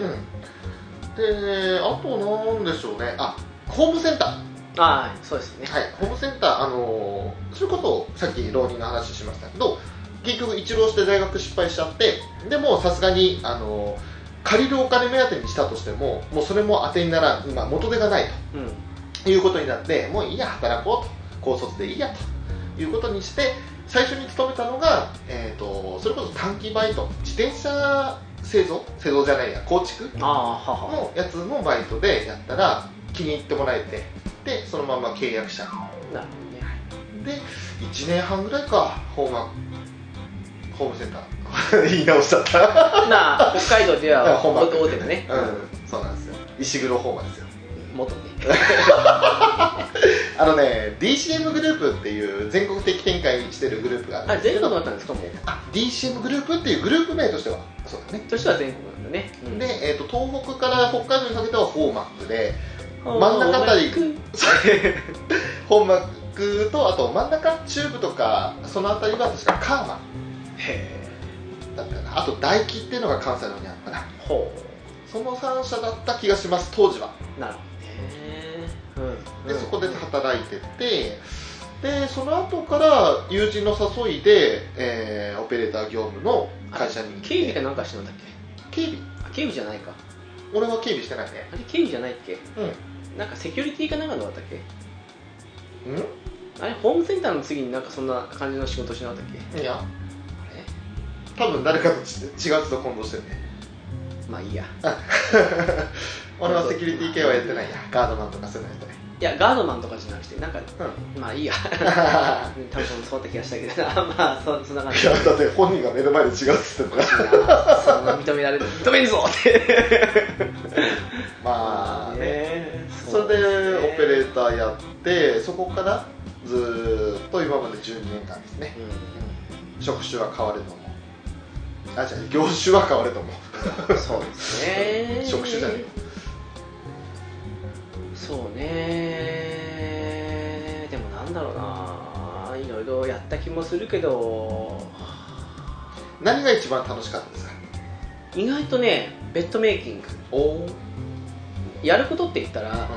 Speaker 2: うん、であとなんでしょうねあホームセンターは
Speaker 1: はいそうですね
Speaker 2: いホームセンターあのーそれこそさっき浪人の話しましたけど結局一浪して大学失敗しちゃってでもうさすがにあのー借りるお金目当てにしたとしてももうそれも当てにならん今元手がないと
Speaker 1: うん
Speaker 2: いうことになってもういいや働こうと高卒でいいやということにして最初に勤めたのが、えー、とそれこそ短期バイト自転車製造製造じゃないや構築
Speaker 1: ああはは
Speaker 2: のやつのバイトでやったら気に入ってもらえてでそのまま契約者
Speaker 1: なるほどね
Speaker 2: で1年半ぐらいかホームホームセンター 言い直しちゃった
Speaker 1: なあ北海道で は
Speaker 2: 本
Speaker 1: 大
Speaker 2: 番
Speaker 1: 手のね、
Speaker 2: うんそうなんですよ石黒ホーマーですよ
Speaker 1: 元ね
Speaker 2: あのね DCM グループっていう全国的展開してるグループがあ
Speaker 1: あ
Speaker 2: る
Speaker 1: れ
Speaker 2: んです
Speaker 1: 全
Speaker 2: け
Speaker 1: 国
Speaker 2: ど
Speaker 1: だったんですかもう
Speaker 2: あ DCM グループっていうグループ名としてはそうだね
Speaker 1: としては全国なんだね、うん
Speaker 2: で、えー、と東北から北海道にかけてはホーマック で真
Speaker 1: 真
Speaker 2: ん中あたりホーマックとあと真ん中中部とかその辺りは確かカーマ
Speaker 1: へ
Speaker 2: だったかなあと大輝っていうのが関西の方にあるのかな
Speaker 1: えほ
Speaker 2: その3社だった気がします当時は
Speaker 1: うなるほどね
Speaker 2: でそこで
Speaker 1: うん
Speaker 2: 働いててでその後から友人の誘いで、えーオペレーター業務の会社に行って
Speaker 1: 警備かなんかしてんだっけ
Speaker 2: 警備
Speaker 1: あ警備じゃないか
Speaker 2: 俺は警備してないね
Speaker 1: あれ警備じゃないっけ
Speaker 2: う
Speaker 1: なんかセキュリティかなんかのだったっけ
Speaker 2: ん
Speaker 1: あれホームセンターの次になんかそんな感じの仕事しなかったっけ
Speaker 2: いや
Speaker 1: あれ
Speaker 2: 多分誰かとち違う人と混同してるね
Speaker 1: まあいいや
Speaker 2: 俺はセキュリティ系はやってないやガードマンとかそういうのやってない
Speaker 1: いやガードマンとかじゃなくてなんか
Speaker 2: う
Speaker 1: まあいいや
Speaker 2: い
Speaker 1: 多分そうだった気がしたけど なまあそそんな感 じ
Speaker 2: やだって本人が目の前で違うっつってんだから
Speaker 1: そんな認められる認めるぞって
Speaker 2: まあね
Speaker 1: ね
Speaker 2: それでオペレ
Speaker 1: ー
Speaker 2: ーターやってそこからずーっと今まで12年間ですね職種は変わると思うあじゃあ業種は変わると思う
Speaker 1: うん、そうですね
Speaker 2: 職種じゃない
Speaker 1: そうねでもなんだろうないろいろやった気もするけど
Speaker 2: 何が一番楽しかったですか
Speaker 1: 意外とねベッドメイキング
Speaker 2: おお
Speaker 1: やることって言ったら、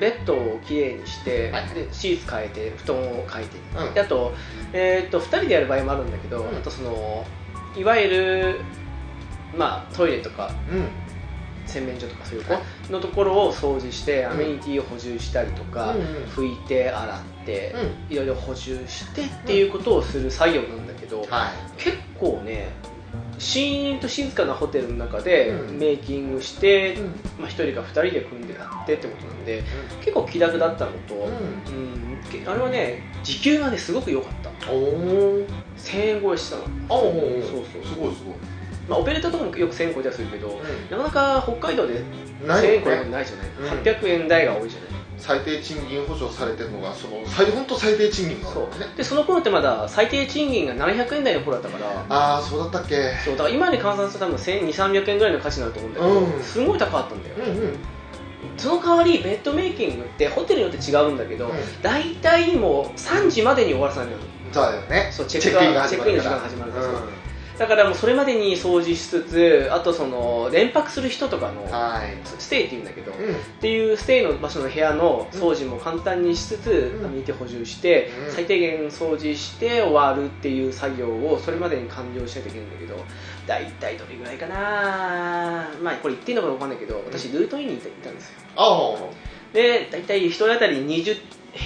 Speaker 1: ベッドをきれいにして、
Speaker 2: はいはい
Speaker 1: でシーツ変えて布団を変えて
Speaker 2: うん
Speaker 1: であと,、えー、と2人でやる場合もあるんだけど、
Speaker 2: うん
Speaker 1: あとそのいわゆる、まあ、トイレとか
Speaker 2: うん
Speaker 1: 洗面所とかそういう
Speaker 2: はい
Speaker 1: のところを掃除して
Speaker 2: うん
Speaker 1: アメニティを補充したりとか、
Speaker 2: うん
Speaker 1: 拭いて洗って
Speaker 2: う、ん
Speaker 1: いろいろ補充してっていうことをする作業なんだけど、
Speaker 2: は
Speaker 1: 結構ねシーンと静かなホテルの中で
Speaker 2: うん
Speaker 1: メイキングして、
Speaker 2: いうん
Speaker 1: まあ、1人か2人で組んでやってってことなんで結構気楽だったのと、
Speaker 2: うん
Speaker 1: うんけあれはね時給がねすごく良かった
Speaker 2: おお
Speaker 1: 1000円超えしてたの、
Speaker 2: あおお
Speaker 1: そうそう
Speaker 2: すごいすごい
Speaker 1: まあ、オペレーターとかもよく1000円超えたりするけどなかなか北海道で
Speaker 2: ない
Speaker 1: 1000円超える
Speaker 2: よ
Speaker 1: の
Speaker 2: ね
Speaker 1: ないじゃない、
Speaker 2: うん
Speaker 1: 800円台が多いじゃない
Speaker 2: 最低賃金保障されてるのがその最本当最低賃金がある
Speaker 1: そ
Speaker 2: んですね
Speaker 1: うでその頃ってまだ最低賃金が700円台の頃だったから
Speaker 2: ああそうだったっけ
Speaker 1: そうだから今に換算すると多分1200300円ぐらいの価値になると思うんだけど、
Speaker 2: うん
Speaker 1: すごい高かったんだよ
Speaker 2: うんうん
Speaker 1: その代わりベッドメイキングってホテルによって違うんだけど、
Speaker 2: うん
Speaker 1: 大体もう3時までに終わらさないの
Speaker 2: そうだよね
Speaker 1: そうチェックインが
Speaker 2: チェ
Speaker 1: チェッ
Speaker 2: ッ
Speaker 1: クインの時
Speaker 2: か
Speaker 1: 間
Speaker 2: ら
Speaker 1: が始まるからだからもうそれまでに掃除しつつあとその連泊する人とかの
Speaker 2: うんはい
Speaker 1: ステイっていうんだけど、っ
Speaker 2: うん
Speaker 1: ていうステイの場所の部屋の掃除も簡単にしつつ、
Speaker 2: うん
Speaker 1: 見て補充して、
Speaker 2: うん
Speaker 1: 最低限掃除して終わるっていう作業をそれまでに完了しないといけないんだけど大体どれぐらいかなまあこれ言っていいのか分かんないけど私ルートインに行ったんですよ
Speaker 2: ああ
Speaker 1: で大体1人当たり20部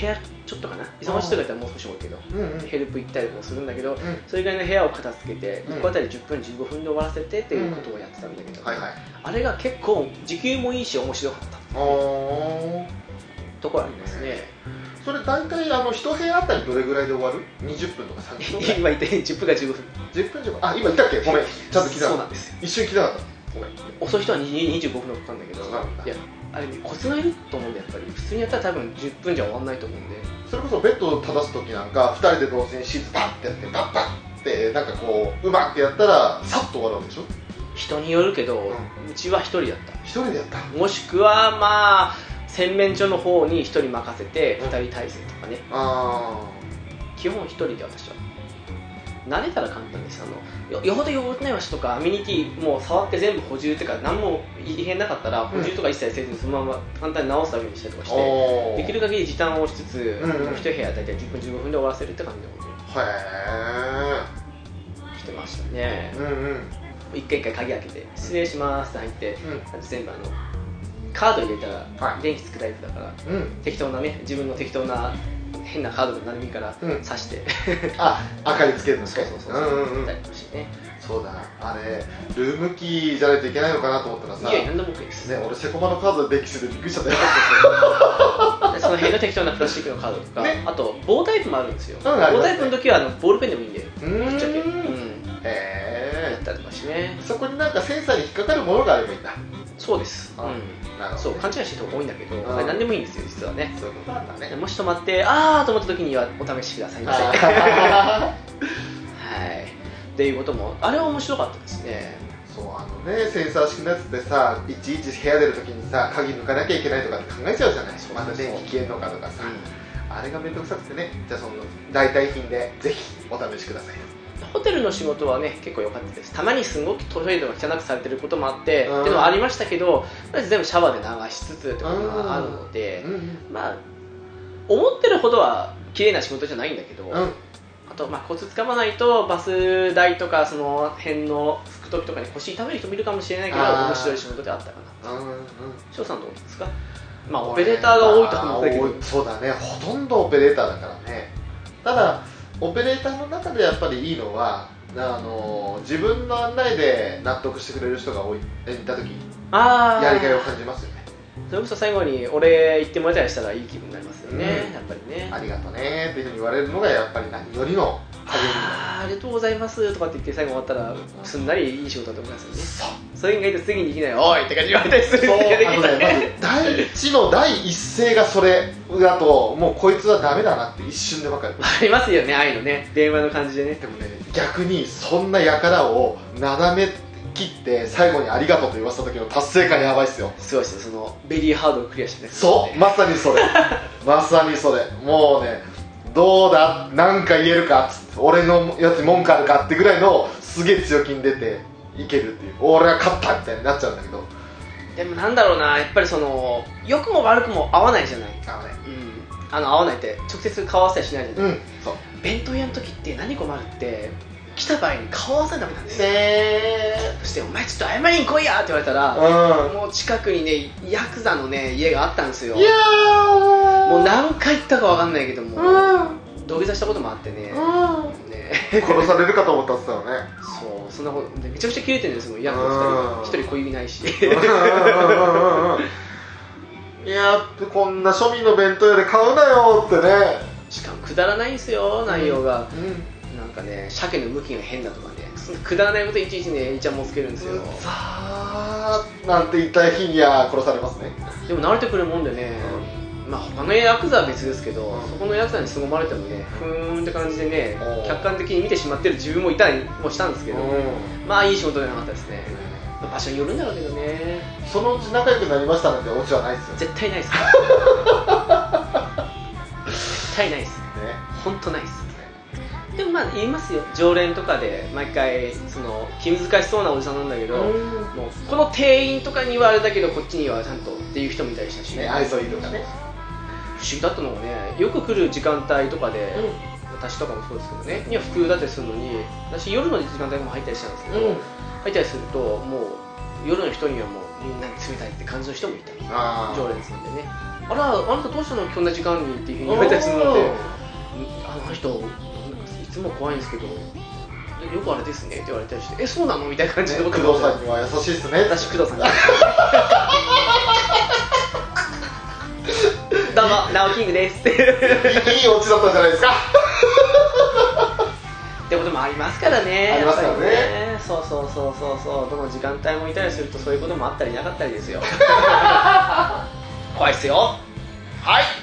Speaker 1: 屋ちょっとかな忙しい人だったらもう少し多いけど
Speaker 2: うんうん
Speaker 1: ヘルプ行ったりもするんだけど
Speaker 2: うん
Speaker 1: それ以外の部屋を片付けて
Speaker 2: うん
Speaker 1: 1個あたり10分15分で終わらせてっていうことをやってたんだけど、
Speaker 2: はいはい
Speaker 1: あれが結構時給もいいし面白かった
Speaker 2: ああ
Speaker 1: ところありますね
Speaker 2: それ大体あの一部屋あたりどれぐらいで終わる20分とか30分ぐらい
Speaker 1: 今言って10分か15分
Speaker 2: 10分じゃあ今言ったっけごめんちゃんと聞いた
Speaker 1: そうなんですよ
Speaker 2: 一瞬聞いたかったごめん
Speaker 1: 遅い人は20 25分のかかるんだけど
Speaker 2: そうなんだ
Speaker 1: いやあれねコツがいると思うんでやっぱり普通にやったら多分10分じゃ終わんないと思うんで
Speaker 2: それこそベッドを正す時なんか2人で同時にシーツパッてやってパッパッってなんかこううまくやったらさっと終わるわけでしょ
Speaker 1: 人によるけど、
Speaker 2: う
Speaker 1: うちは1人だっ
Speaker 2: 一人でやった
Speaker 1: たもしくはまあ洗面所の方に1人任せて
Speaker 2: うん
Speaker 1: 2人体制とかね
Speaker 2: あ
Speaker 1: 基本1人で私は慣れたら簡単ですあのよよほど汚れてない場所とかアメニティもう触って全部補充っていうか何も異変なかったら
Speaker 2: うん
Speaker 1: 補充とか一切せずにそのまま簡単に直すだけにしたりとか
Speaker 2: あ
Speaker 1: して、
Speaker 2: おー
Speaker 1: できる限り時短をしつつ、
Speaker 2: うんうん
Speaker 1: 一部屋大体10分15分で終わらせるって感じのこ
Speaker 2: へ
Speaker 1: とをしてましたね
Speaker 2: えうんうん
Speaker 1: 一回一回鍵開けて「失礼します」って入って
Speaker 2: うん
Speaker 1: あと全部あのカード入れたら
Speaker 2: はい
Speaker 1: 電気つくタイプだから
Speaker 2: うん
Speaker 1: 適当なね自分の適当な変なカードでも何でもいいから
Speaker 2: うん
Speaker 1: 刺して、
Speaker 2: あ明かりつけるの
Speaker 1: そうそう そう
Speaker 2: う
Speaker 1: そ
Speaker 2: ん
Speaker 1: う
Speaker 2: うんう
Speaker 1: やったりと
Speaker 2: ん
Speaker 1: かしてね
Speaker 2: そうだあれルームキーじゃないといけないのかなと思ったら
Speaker 1: い
Speaker 2: さ
Speaker 1: やいや
Speaker 2: ね
Speaker 1: 何でも OK です
Speaker 2: 俺セコマのカードで電気するびっくりしちゃったよ
Speaker 1: その辺の適当なプラスチックのカードとか、
Speaker 2: ね
Speaker 1: あと棒タイプもあるんですよ、
Speaker 2: んあり
Speaker 1: 棒
Speaker 2: ます
Speaker 1: タ
Speaker 2: ね
Speaker 1: イプの時はあのボールペンでもいいんだよ
Speaker 2: うー
Speaker 1: ぶっちゃけ、うんん、
Speaker 2: へえ
Speaker 1: やったりとかしてね
Speaker 2: そこになんかセンサーに引っかかるものがあればいいんだ。
Speaker 1: そうです、
Speaker 2: あ
Speaker 1: うん、
Speaker 2: なるほ
Speaker 1: そ
Speaker 2: ど
Speaker 1: う
Speaker 2: ね
Speaker 1: 勘違いしてる人多いんだけど
Speaker 2: ん
Speaker 1: あれ何でもいいんですよ実はね
Speaker 2: そういうことなんだね
Speaker 1: もし止まってあーと思った時にはお試しくださいませはい
Speaker 2: あ
Speaker 1: っていうこともあれは面白かったですね
Speaker 2: ー そうあのねセンサー式のやつってさいちいち部屋出るときにさ鍵抜かなきゃいけないとかって考えちゃうじゃない
Speaker 1: そうそう
Speaker 2: また電気消えんのかとかさ、
Speaker 1: う
Speaker 2: あれがめんどくさくてねじゃあその代替品でぜひお試しください
Speaker 1: んホテルの仕事はね結構良かったですたまにすごくトイレが汚くされてることもあって、
Speaker 2: うん
Speaker 1: っていうのはありましたけどとりあえず全部シャワーで流しつつってことがあるので、
Speaker 2: ん
Speaker 1: まあ思ってるほどは綺麗な仕事じゃないんだけど、
Speaker 2: うんうん
Speaker 1: あと、まあ、コツつかまないとバス代とかその辺の服ととかに腰痛める人もいるかもしれないけど
Speaker 2: あー
Speaker 1: 面白い仕事であったかな
Speaker 2: うんうん
Speaker 1: 翔さんどうですかまあオペレーターが多いと思うんだけど
Speaker 2: 多いそうだねほとんどオペレーターだからねただオペレーターの中でやっぱりいいのはあの自分の案内で納得してくれる人が多いえいた時
Speaker 1: ああ
Speaker 2: やりがいを感じますよね
Speaker 1: それこそ最後に俺言ってもらえたりしたらいい気分になりますよね、
Speaker 2: うん
Speaker 1: やっぱりね
Speaker 2: ありがとねっていうふうに言われるのがやっぱり何よりの励みにな
Speaker 1: あーありがとうございますとかって言って最後終わったらすんなりいい仕事だと思いますよ
Speaker 2: る
Speaker 1: ね
Speaker 2: そう
Speaker 1: それ以外で次にできないおいって感じ言われたりするん
Speaker 2: そう
Speaker 1: で
Speaker 2: あの
Speaker 1: できない
Speaker 2: ねまず第一の第一声がそれだともうこいつはダメだなって一瞬で分かる
Speaker 1: ありますよね愛のね電話の感じでね
Speaker 2: でもね逆にそんな輩を斜め切って最後にありがとうと言わせた時の達成感やばいっすよ
Speaker 1: すごいですねそのベリーハードをクリアしたね
Speaker 2: そうまさにそれ まさにそれもうねどうだなんか言えるかつって俺のやつ文句あるかってぐらいのすげえ強気に出ていけるっていう俺は勝ったみたいになっちゃうんだけど
Speaker 1: でもなんだろうなやっぱりその良くも悪くも合わないじゃない
Speaker 2: あのね
Speaker 1: うんあの合わないって直接顔合わせたりしないじゃない、
Speaker 2: うんそう
Speaker 1: 弁当屋の時って何困るって来た場合に顔合わせなダメなんですよ、
Speaker 2: ね
Speaker 1: そして「お前ちょっと謝りに来いや!」って言われた
Speaker 2: う
Speaker 1: ら、
Speaker 2: ん
Speaker 1: もう近くにねヤクザのね家があったんですよ
Speaker 2: いやー
Speaker 1: もう何回行ったか分かんないけども、
Speaker 2: うん
Speaker 1: 土下座したこともあってね、
Speaker 2: うん
Speaker 1: ね
Speaker 2: 殺されるかと思ったっすよね
Speaker 1: そうそんなことでめちゃくちゃ切れてるんですもんヤクザ
Speaker 2: うん
Speaker 1: 2人1人小指ない し
Speaker 2: いやーこんな庶民の弁当屋で買うなよってね、
Speaker 1: しかもくだらないんですよ内容が、
Speaker 2: うん、
Speaker 1: なんかね鮭の向きが変だとかねそんなくだらないこといちいちねいちゃもんつけるんですよ、
Speaker 2: さあなんて言った日には殺されますね
Speaker 1: でも慣れてくるもんでね、まあ他のヤクザは別ですけど、
Speaker 2: うん
Speaker 1: そこのヤクザに凄まれてもねふーんって感じでね
Speaker 2: おう
Speaker 1: 客観的に見てしまってる自分もいたりもしたんですけど、まあいい仕事じゃなかったですね、まあ場所によるんだろうけどね
Speaker 2: そのうち仲良くなりましたなんてオチはないですよね
Speaker 1: 絶対ない っす絶対ないっす本当ないっすでもまあ言いますよ常連とかで毎回その気難しそうなおじさんなんだけど、もうこの店員とかにはあれだけどこっちにはちゃんとっていう人もいたりしたしね
Speaker 2: ね愛想いいとかね、
Speaker 1: 不思議だったのがねよく来る時間帯とかで、私とかもそうですけどねには服だったりするのに私夜の時間帯も入ったりしたんですけど、
Speaker 2: うん
Speaker 1: 入ったりするともう夜の人にはもうみんなに冷たいって感じの人もいたり
Speaker 2: あ
Speaker 1: 常連さんでねあらあなたどうしたのこんな時間にっていうふうに言われたりするのであの人いつも怖いんですけどよくあれですねって言われたりしてえそうなのみたいな感じで
Speaker 2: 工
Speaker 1: 僕
Speaker 2: 藤
Speaker 1: も
Speaker 2: さんには優しいっすね
Speaker 1: 私工藤 さんどうもナオキングですっ
Speaker 2: いいオチだったじゃないですか
Speaker 1: てこともありますからね
Speaker 2: ありますからね
Speaker 1: やっぱりそうそうそうそうそうどの時間帯もいたりする とそういうこともあったりなかったりですよ怖いっすよ
Speaker 2: はい